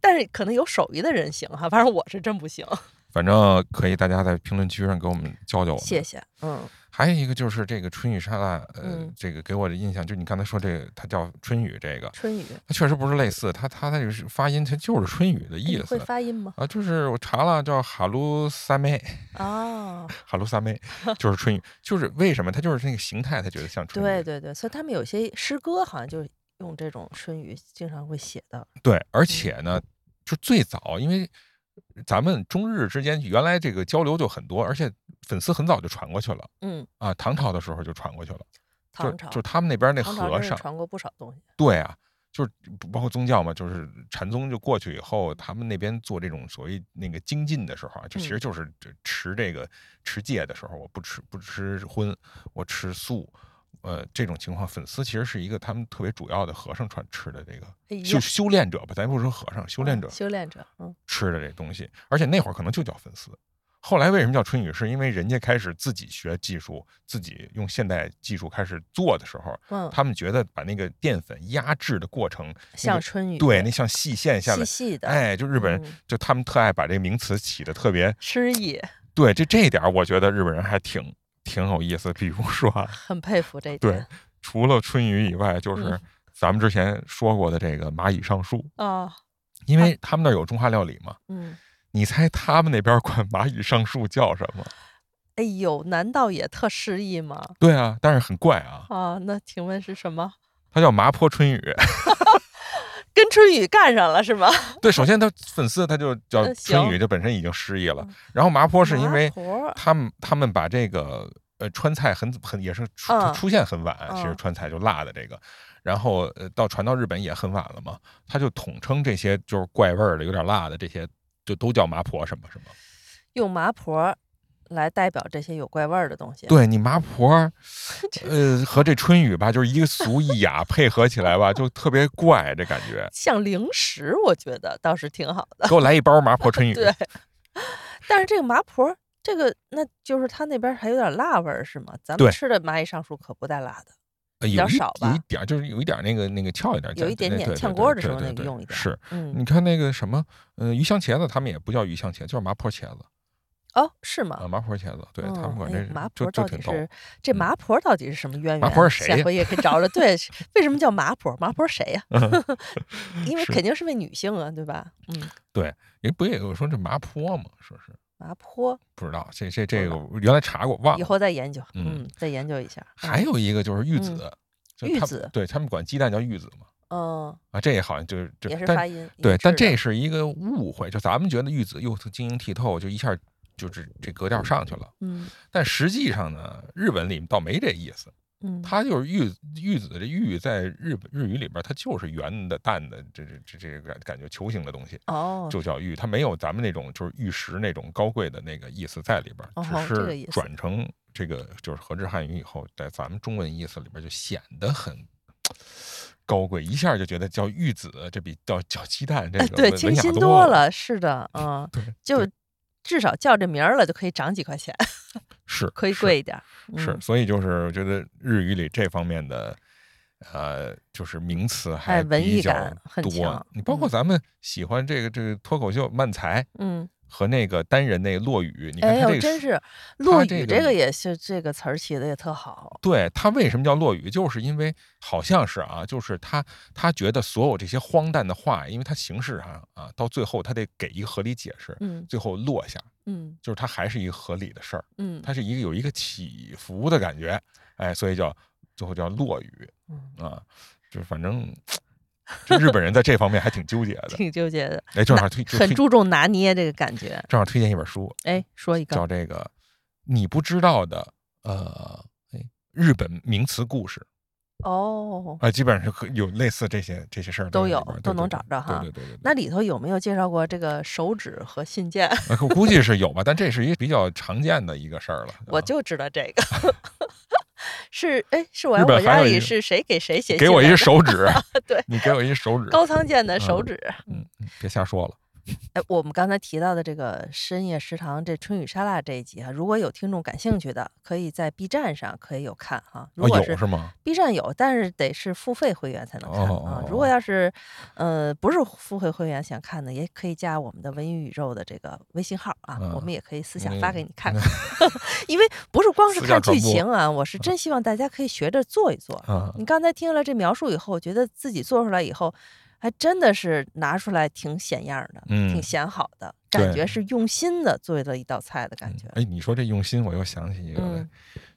A: 但是可能有手艺的人行哈，反正我是真不 行。
B: 反正可以，大家在评论区上给我们教教我们。
A: 谢谢，嗯
B: 还有一个就是这个春雨沙拉，呃
A: 嗯，
B: 这个给我的印象就是你刚才说这个，它叫春雨，这个
A: 春雨，哎
B: 它确实不是类似，它它那个是发音，它就是春雨的
A: 哎你
B: 意
A: 会
B: 思
A: 发音吗？
B: 啊。就是我查了，叫哈鲁萨梅，
A: 哦，
B: 哈鲁 萨梅就是春雨，就是为什么它就是那个形态，它觉得像春雨。
A: 对对对，所以他们有些诗歌好像就是用这种春雨，经常会写的。
B: 对，
A: 嗯
B: 而且呢，就最早，因为咱们中日之间原来这个交流就很多，而且粉丝很早就传过去了
A: 嗯，
B: 啊，唐朝的时候就传过去了，就
A: 唐朝，
B: 就他们那边那
A: 唐朝
B: 和
A: 真是
B: 尚，
A: 传过不少东西。
B: 对啊，就是包括宗教嘛，就是禅宗就过去以后，他们那边做这种所谓那个精进的时候啊，就其实
A: 嗯
B: 就是这持这个持戒的时候，我不吃不吃荤，我吃素。呃，这种情况，粉丝其实是一个他们特别主要的和尚传吃的这个
A: 哎呀
B: 修修炼者吧，咱不说和尚，修炼者
A: 修炼者，嗯，
B: 吃的这东西，而且那会儿可能就叫粉丝。后来为什么叫春雨？是因为人家开始自己学技术，自己用现代技术开始做的时候，
A: 嗯，
B: 他们觉得把那个淀粉压制的过程，那
A: 像
B: 个
A: 春雨，
B: 对，那像细线下
A: 细
B: 来，
A: 细的，，
B: 哎，就日本人
A: 嗯
B: 就他们特爱把这个名词起的特别
A: 诗意，
B: 对，这这一点儿我觉得日本人还挺挺有意思。比如说啊，
A: 很佩服这一
B: 对
A: 点。，
B: 除了春雨以外，就是
A: 嗯
B: 咱们之前说过的这个蚂蚁上树，
A: 啊，
B: 因为他们那儿有中华料理嘛。
A: 嗯，
B: 你猜他们那边管蚂蚁上树叫什么？
A: 哎呦，难道也特诗意吗？
B: 对啊，但是很怪啊，
A: 啊，那请问是什么？
B: 它叫麻坡春雨。
A: 跟春雨干上了是吗？
B: 对，首先它粉丝它就叫
A: 嗯行嗯
B: 春雨，就本身已经失忆了。然后麻坡是因
A: 麻
B: 为
A: 婆儿
B: 他们他们把这个呃川菜很很也是出
A: 嗯
B: 出现很晚，其实
A: 嗯
B: 川菜就辣的这个，然后呃到传到日本也很晚了嘛，他就统称这些就是怪味儿的有点辣的这些就都叫麻婆什么什么。
A: 用麻婆儿来代表这些有怪味儿的东西。
B: 对你麻 婆儿，呃和这春雨吧，就是一个俗一雅配合起来吧，就特别怪这感 觉。
A: 像零食，我觉得倒是挺好的。
B: 给我来一包麻婆春雨。呃
A: 对， 但是这个麻婆儿，这个那就是它那边儿还有点辣味儿，是吗？咱
B: 对
A: 们吃的蚂蚁上树可不带辣的。
B: 呃
A: 比
B: 有
A: 较
B: 一
A: 少
B: 有一
A: 吧
B: 点儿就是有一点儿那个那个翘一点儿劲儿，
A: 有一点
B: 对
A: 点
B: 对对
A: 炝
B: 对
A: 锅的
B: 对
A: 时候
B: 对
A: 那个
B: 对
A: 用一点儿
B: 是，
A: 嗯，
B: 你看那个什么，呃，鱼香茄子他们也不叫鱼香茄，就是麻婆茄子
A: 哦，是吗
B: 啊，？麻婆茄子，对他们
A: 嗯
B: 管
A: 哎
B: 这
A: 麻
B: 就
A: 婆
B: 就
A: 到
B: 挺
A: 底
B: 逗。
A: 是这
B: 嗯
A: 麻婆到底是什么渊源？啊
B: 麻婆是谁
A: 下
B: 呀嗯
A: 回也可以找找。对，是为什么叫麻婆？麻婆谁呀、 因为
B: 是
A: 肯定是位女性啊，对吧？嗯，
B: 也不也有说这麻婆吗？说是
A: 麻婆
B: 不知道，这这这
A: 知
B: 个
A: 道
B: 我原来查过忘
A: 以
B: 了。
A: 后再研究，
B: 嗯
A: 嗯，再研究一下。
B: 还有一个就是玉
A: 嗯
B: 子，就
A: 玉
B: 他们
A: 子
B: 对他们管鸡蛋叫玉子嘛，
A: 嗯，
B: 啊，这也好像就是这
A: 也是
B: 但
A: 发音。
B: 对，但这
A: 是
B: 是一个误会，就咱们觉得玉子又晶莹剔透，就一下就是这格调上去了。
A: 嗯，
B: 但实际上呢，日文里倒没这意思。
A: 嗯，
B: 它就是玉玉子这玉在日本日语里边，它就是圆的、淡的，这这这这个感感觉球形的东西，
A: 哦，
B: 就叫玉。它没有咱们那种就是玉石那种高贵的那个意思在里边
A: 哦，
B: 只
A: 这个意
B: 是
A: 思
B: 转成这个就是和制汉语以后，在咱们中文意思里边就显得很。高贵一下就觉得叫玉子，这比叫叫鸡蛋这个
A: 哎对，
B: 文
A: 清
B: 文雅
A: 新
B: 多了。
A: 了，是的，嗯，
B: 对，
A: 就至少叫这名儿了，就可以涨几块钱，
B: 是
A: 可以
B: 是
A: 贵一点儿。
B: 是，
A: 嗯
B: 所以就是我觉得日语里这方面的，呃，就是名词还
A: 哎文
B: 比
A: 艺
B: 较
A: 感很
B: 多
A: 强。
B: 你包括咱们喜欢这个这个脱口秀漫才
A: 嗯，
B: 和那个单人那个落语，你看
A: 哎
B: 他这
A: 呦，
B: 个
A: 真
B: 是
A: 是落
B: 这
A: 雨
B: 个
A: 这个也是这个词儿起的也特好。
B: 对他为什么叫落语，就是因为好像是啊，就是他他觉得所有这些荒诞的话，因为他形式上啊，到最后他得给一个合理解释，
A: 嗯
B: 最后落下，
A: 嗯
B: 就是它还是一个合理的事儿，
A: 嗯
B: 它是一个有一个起伏的感觉，哎，所以叫最后叫落语。
A: 嗯，
B: 啊，就是反正就日本人在这方面还挺纠结 的。
A: 挺纠结的，
B: 哎，正好推就
A: 很
B: 推
A: 注重拿捏这个感觉。
B: 正好推荐一本书，
A: 哎，说一个
B: 叫这个你不知道的呃，哎，日本名词故事
A: 哦
B: 啊、，基本上是可有类似这些这些事儿
A: 都
B: 在里
A: 有
B: 边儿
A: 都
B: 对
A: 能
B: 对
A: 找着哈
B: 对对对对
A: 那里头有没有介绍过这个手指和信件？
B: 对，我呃估计是有吧，但这是一个比较常见的一个事儿了。
A: 我
B: 啊
A: 就知道这个。 是哎，是我
B: 日本
A: 我
B: 还
A: 家
B: 有
A: 里
B: 一
A: 是谁给谁写信来的？
B: 给我一手指，
A: 对
B: 你给我一手指，
A: 高仓健的手
B: 嗯
A: 指。
B: 嗯，嗯别瞎说了。
A: 哎，我们刚才提到的这个深夜食堂这春雨沙拉这一集啊哈、如果有听众感兴趣的，可以在 B 站上可以有看哈、如
B: 哦，
A: 果
B: 有
A: 是
B: 是吗？
A: B 站有，但是得是付费会员才能看啊。如果
B: 哦
A: 要是呃不是付费会员想看的，也可以加我们的文娱宇宙的这个微信号啊，我
B: 嗯
A: 们也可以私下
B: 嗯
A: 发给你 看看。 因为不是光是
B: 私下
A: 看剧
B: 传播嗯
A: 情啊，我是真希望大家可以学着做一做。
B: 啊，
A: 你刚才听了这描述以后，我觉得自己做出来以后，还真的是拿出来挺显样儿的，
B: 嗯
A: 挺显好的，感
B: 对
A: 觉是用心的做了一道菜的感
B: 嗯
A: 觉。
B: 哎，你说这用心，我又想起一个来
A: 嗯，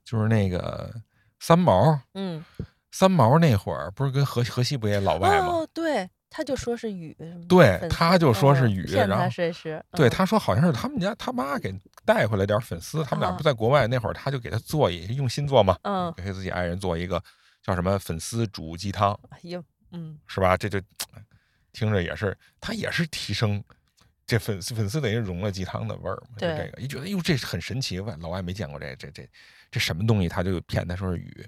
B: 就是那个三毛，
A: 嗯，
B: 三毛那会儿不是跟河河西不也老外吗？
A: 哦，对，他就说是雨，什么
B: 对
A: 粉丝
B: 他就说是
A: 嗯
B: 雨
A: 骗
B: 然
A: 他
B: 后
A: 试试，嗯
B: 对，他说好像是他们家他妈给带回来点粉丝，他们俩
A: 啊
B: 不在国外那会儿，他就给他做一用心做嘛，
A: 嗯
B: 给自己爱人做一个叫什么粉丝煮鸡汤，
A: 哎呦，嗯，
B: 是吧？这就哎听着也是，他也是提升。这粉丝粉丝等于融了鸡汤的味儿嘛，就
A: 对
B: 这个，一觉得哟，这很神奇，外老外没见过这这这这什么东西，他就骗他说是 雨，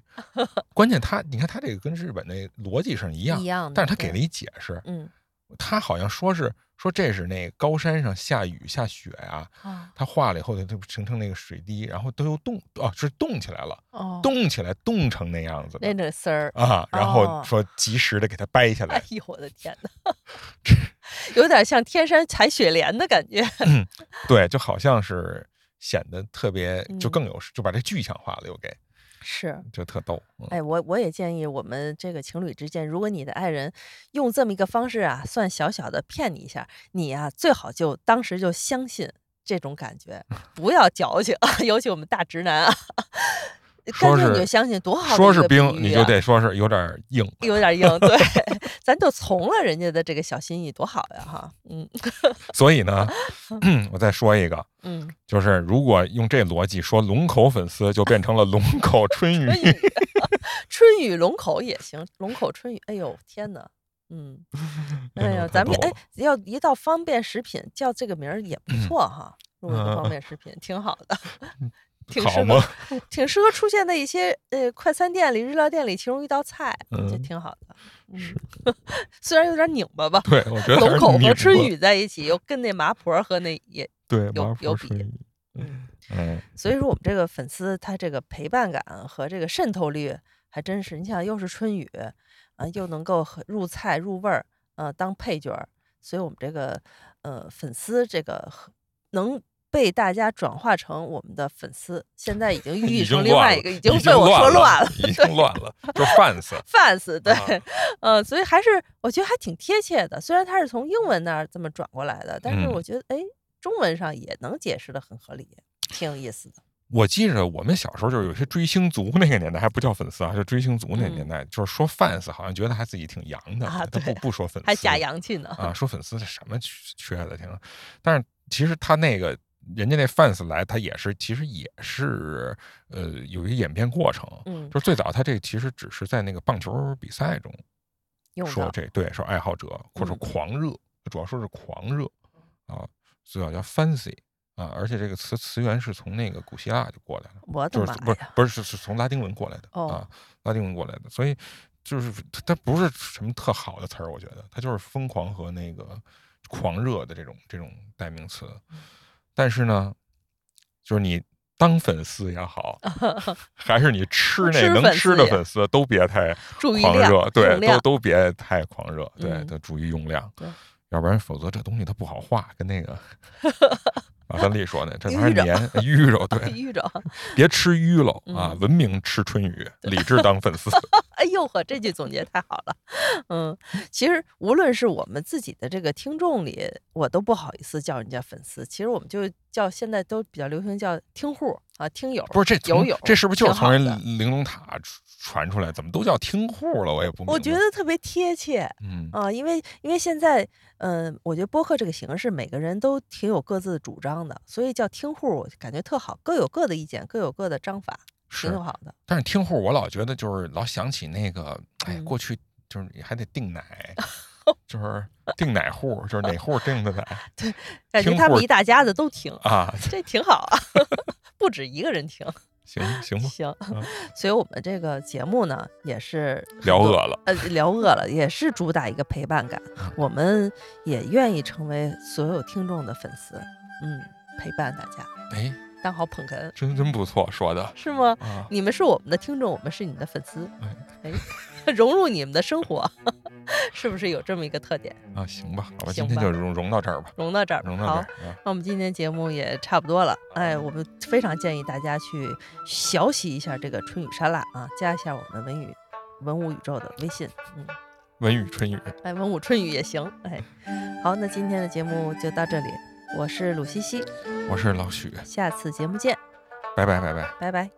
B: 关键他你看他这个跟日本那逻辑上一样
A: 一，样的，
B: 但是他给了
A: 对
B: 一解释，
A: 嗯
B: 他好像说是说这是那高山上下雨下雪啊，
A: 啊
B: 它化了以后它就形成那个水滴，然后都又冻哦、是冻起来了，
A: 哦，
B: 冻起来冻成那样 子
A: 那
B: 的
A: 个丝儿。
B: 啊，然后
A: 哦
B: 说及时的给它掰下
A: 哎
B: 来，
A: 呦，我的天哪， 有点像天山采雪莲的感觉。
B: 对，就好像是显得特别就
A: 嗯
B: 更有就把这具象化了，又给
A: 是，
B: 就特逗，嗯
A: 哎，我我也建议我们这个情侣之间，如果你的爱人用这么一个方式啊，算小小的骗你一下，你啊最好就当时就相信这种感 觉，不要矫情， 尤其我们大直男啊，哎干
B: 说
A: 脆你
B: 是
A: 就相信，多好的
B: 说
A: 一
B: 是
A: 个
B: 冰
A: 比
B: 你
A: 喻
B: 就
A: 啊
B: 得说是有点硬，
A: 有点硬，对， 咱就从了人家的这个小心意，多好呀哈，嗯
B: 所以呢，我再说一个。
A: 嗯，
B: 就是如果用这逻辑说龙口粉丝，就变成了龙口春雨。
A: 春雨，春雨龙口也行，龙口春雨，哎呦天哪！嗯，
B: 哎
A: 哎
B: 呦
A: 呦，
B: 太
A: 咱 们
B: 逗
A: 哎
B: 了，
A: 要一道方便食品叫这个名儿也不错哈，入围的
B: 嗯
A: 方便食品挺好的， 挺
B: 好
A: 适
B: 吗
A: 合，挺适合出现在一些呃快餐店里、日料店里其中一道菜，这
B: 嗯
A: 挺好的。嗯， 虽然有点拧巴吧，
B: 对，我觉得还
A: 龙
B: 是
A: 口
B: 拧
A: 和
B: 巴
A: 春雨在一起，又跟那麻婆和那也
B: 对
A: 有
B: 麻婆
A: 有
B: 春
A: 比
B: 雨，
A: 嗯。
B: 嗯，
A: 所以说我们这个粉丝他这个陪伴感和这个渗透率还真是，你想又是春雨，啊、又能够和入菜入味儿，呃，当配角儿，所以我们这个呃粉丝这个和能。被大家转化成我们的粉丝，现在已 经寓意
B: 已经
A: 成另
B: 乱
A: 外一
B: 了
A: 个，已
B: 已
A: 经被我说乱
B: 了，已经乱了， 就是 fans。
A: fans 对，
B: 啊
A: 呃，所以还是我觉得还挺贴切的。虽然它是从英文那儿这么转过来的，但是
B: 嗯
A: 我觉得哎，中文上也能解释的很合理，挺有意思的。
B: 我记着我们小时候就是有些追星族那个年代还不叫粉丝啊，就追星族那个年
A: 嗯
B: 代，就是说 fans 好像觉得还自己挺洋的
A: 啊
B: 他不
A: 对
B: 不说粉丝，啊
A: 还假洋气呢。
B: 啊，说粉丝是什么缺缺的，听着。但是其实他那个人家那 fans 来，他也是其实也是呃有一个演变过程。
A: 嗯，
B: 就是最早他这其实只是在那个棒球比赛中
A: 用
B: 说
A: 到
B: 这对说爱好者或者说
A: 嗯
B: 狂热，主要说是狂热啊，最早叫 fancy 啊，而且这个词词源是从那个古希腊就过来了。
A: 我的
B: 就是
A: 妈
B: 不是
A: 哎呀！
B: 不是是是从拉丁文过来的、
A: 哦
B: 啊，拉丁文过来的，所以就是它它不是什么特好的词儿，我觉得它就是疯狂和那个狂热的这种这种代名词。
A: 嗯
B: 但是呢，就是你当粉丝也 好，还是你吃那
A: 吃
B: 能
A: 粉
B: 吃
A: 丝
B: 的
A: 也
B: 粉丝，都别太
A: 注意
B: 狂
A: 量
B: 热，对，
A: 用量
B: 都都别太狂热，对，
A: 嗯
B: 都注意用量，
A: 对，
B: 要不然否则这东西它不好化，跟那 个马三立说的，这玩意
A: 淤着
B: 儿粘淤 着，对，
A: 遇着，
B: 别吃鱼喽啊！
A: 嗯
B: 文明吃春雨，理智当 粉丝。
A: 哎呦呵，这句总结太好了。嗯，其实无论是我们自己的这个听众里，我都不好意思叫人家粉丝，其实我们就叫现在都比较流行叫听户啊，听友。
B: 不是这
A: 友
B: 从
A: 友，
B: 这是不是就是
A: 挺
B: 从
A: 好
B: 人
A: 的
B: 玲珑塔传出来？怎么都叫听户了？我也不明白。
A: 我觉得，特别贴切。
B: 嗯，
A: 啊，因为因为现在，嗯、我觉得播客这个形式，每个人都挺有各自的主张的，所以叫听户，我感觉特好，各有各的意见，各有各的章法，挺
B: 是。
A: 好的。
B: 但是听户，我老觉得就是老想起那个，哎，
A: 嗯
B: 过去就是你还得 订奶，就是订奶户，就是哪户订的奶
A: 感觉
B: 听
A: 他
B: 户
A: 们一大家子都听，
B: 啊？
A: 这挺好啊，不止一个人听。
B: 行行吧，
A: 行
B: 嗯，
A: 所以我们这个节目呢，也是很
B: 聊
A: 多
B: 饿了，
A: 呃，聊饿了也是主打一个陪伴感，
B: 嗯
A: 我们也愿意成为所有听众的粉丝，嗯，陪伴大家，
B: 哎，
A: 当好捧哏，
B: 真真不错，说的
A: 是吗？
B: 啊，
A: 你们是我们的听众，我们是你们的粉丝，哎， 融入你们的生活， 是不是有这么一个特点？
B: 啊，行吧，好吧，今
A: 行
B: 天
A: 吧
B: 就融融到这儿吧，
A: 融到这儿吧，
B: 融到
A: 好
B: 这。儿啊。
A: 那我们今天节目也差不多了，哎，我们非常建议大家去学习一下这个春雨沙拉啊，加一下我们文宇文武宇宙的微信，嗯，
B: 文语春雨，
A: 哎，文武春雨也行，哎，好，那今天的节目就到这里，我是鲁西西，
B: 我是老许，
A: 下次节目见，
B: 拜拜拜拜。
A: 拜拜。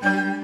C: Thank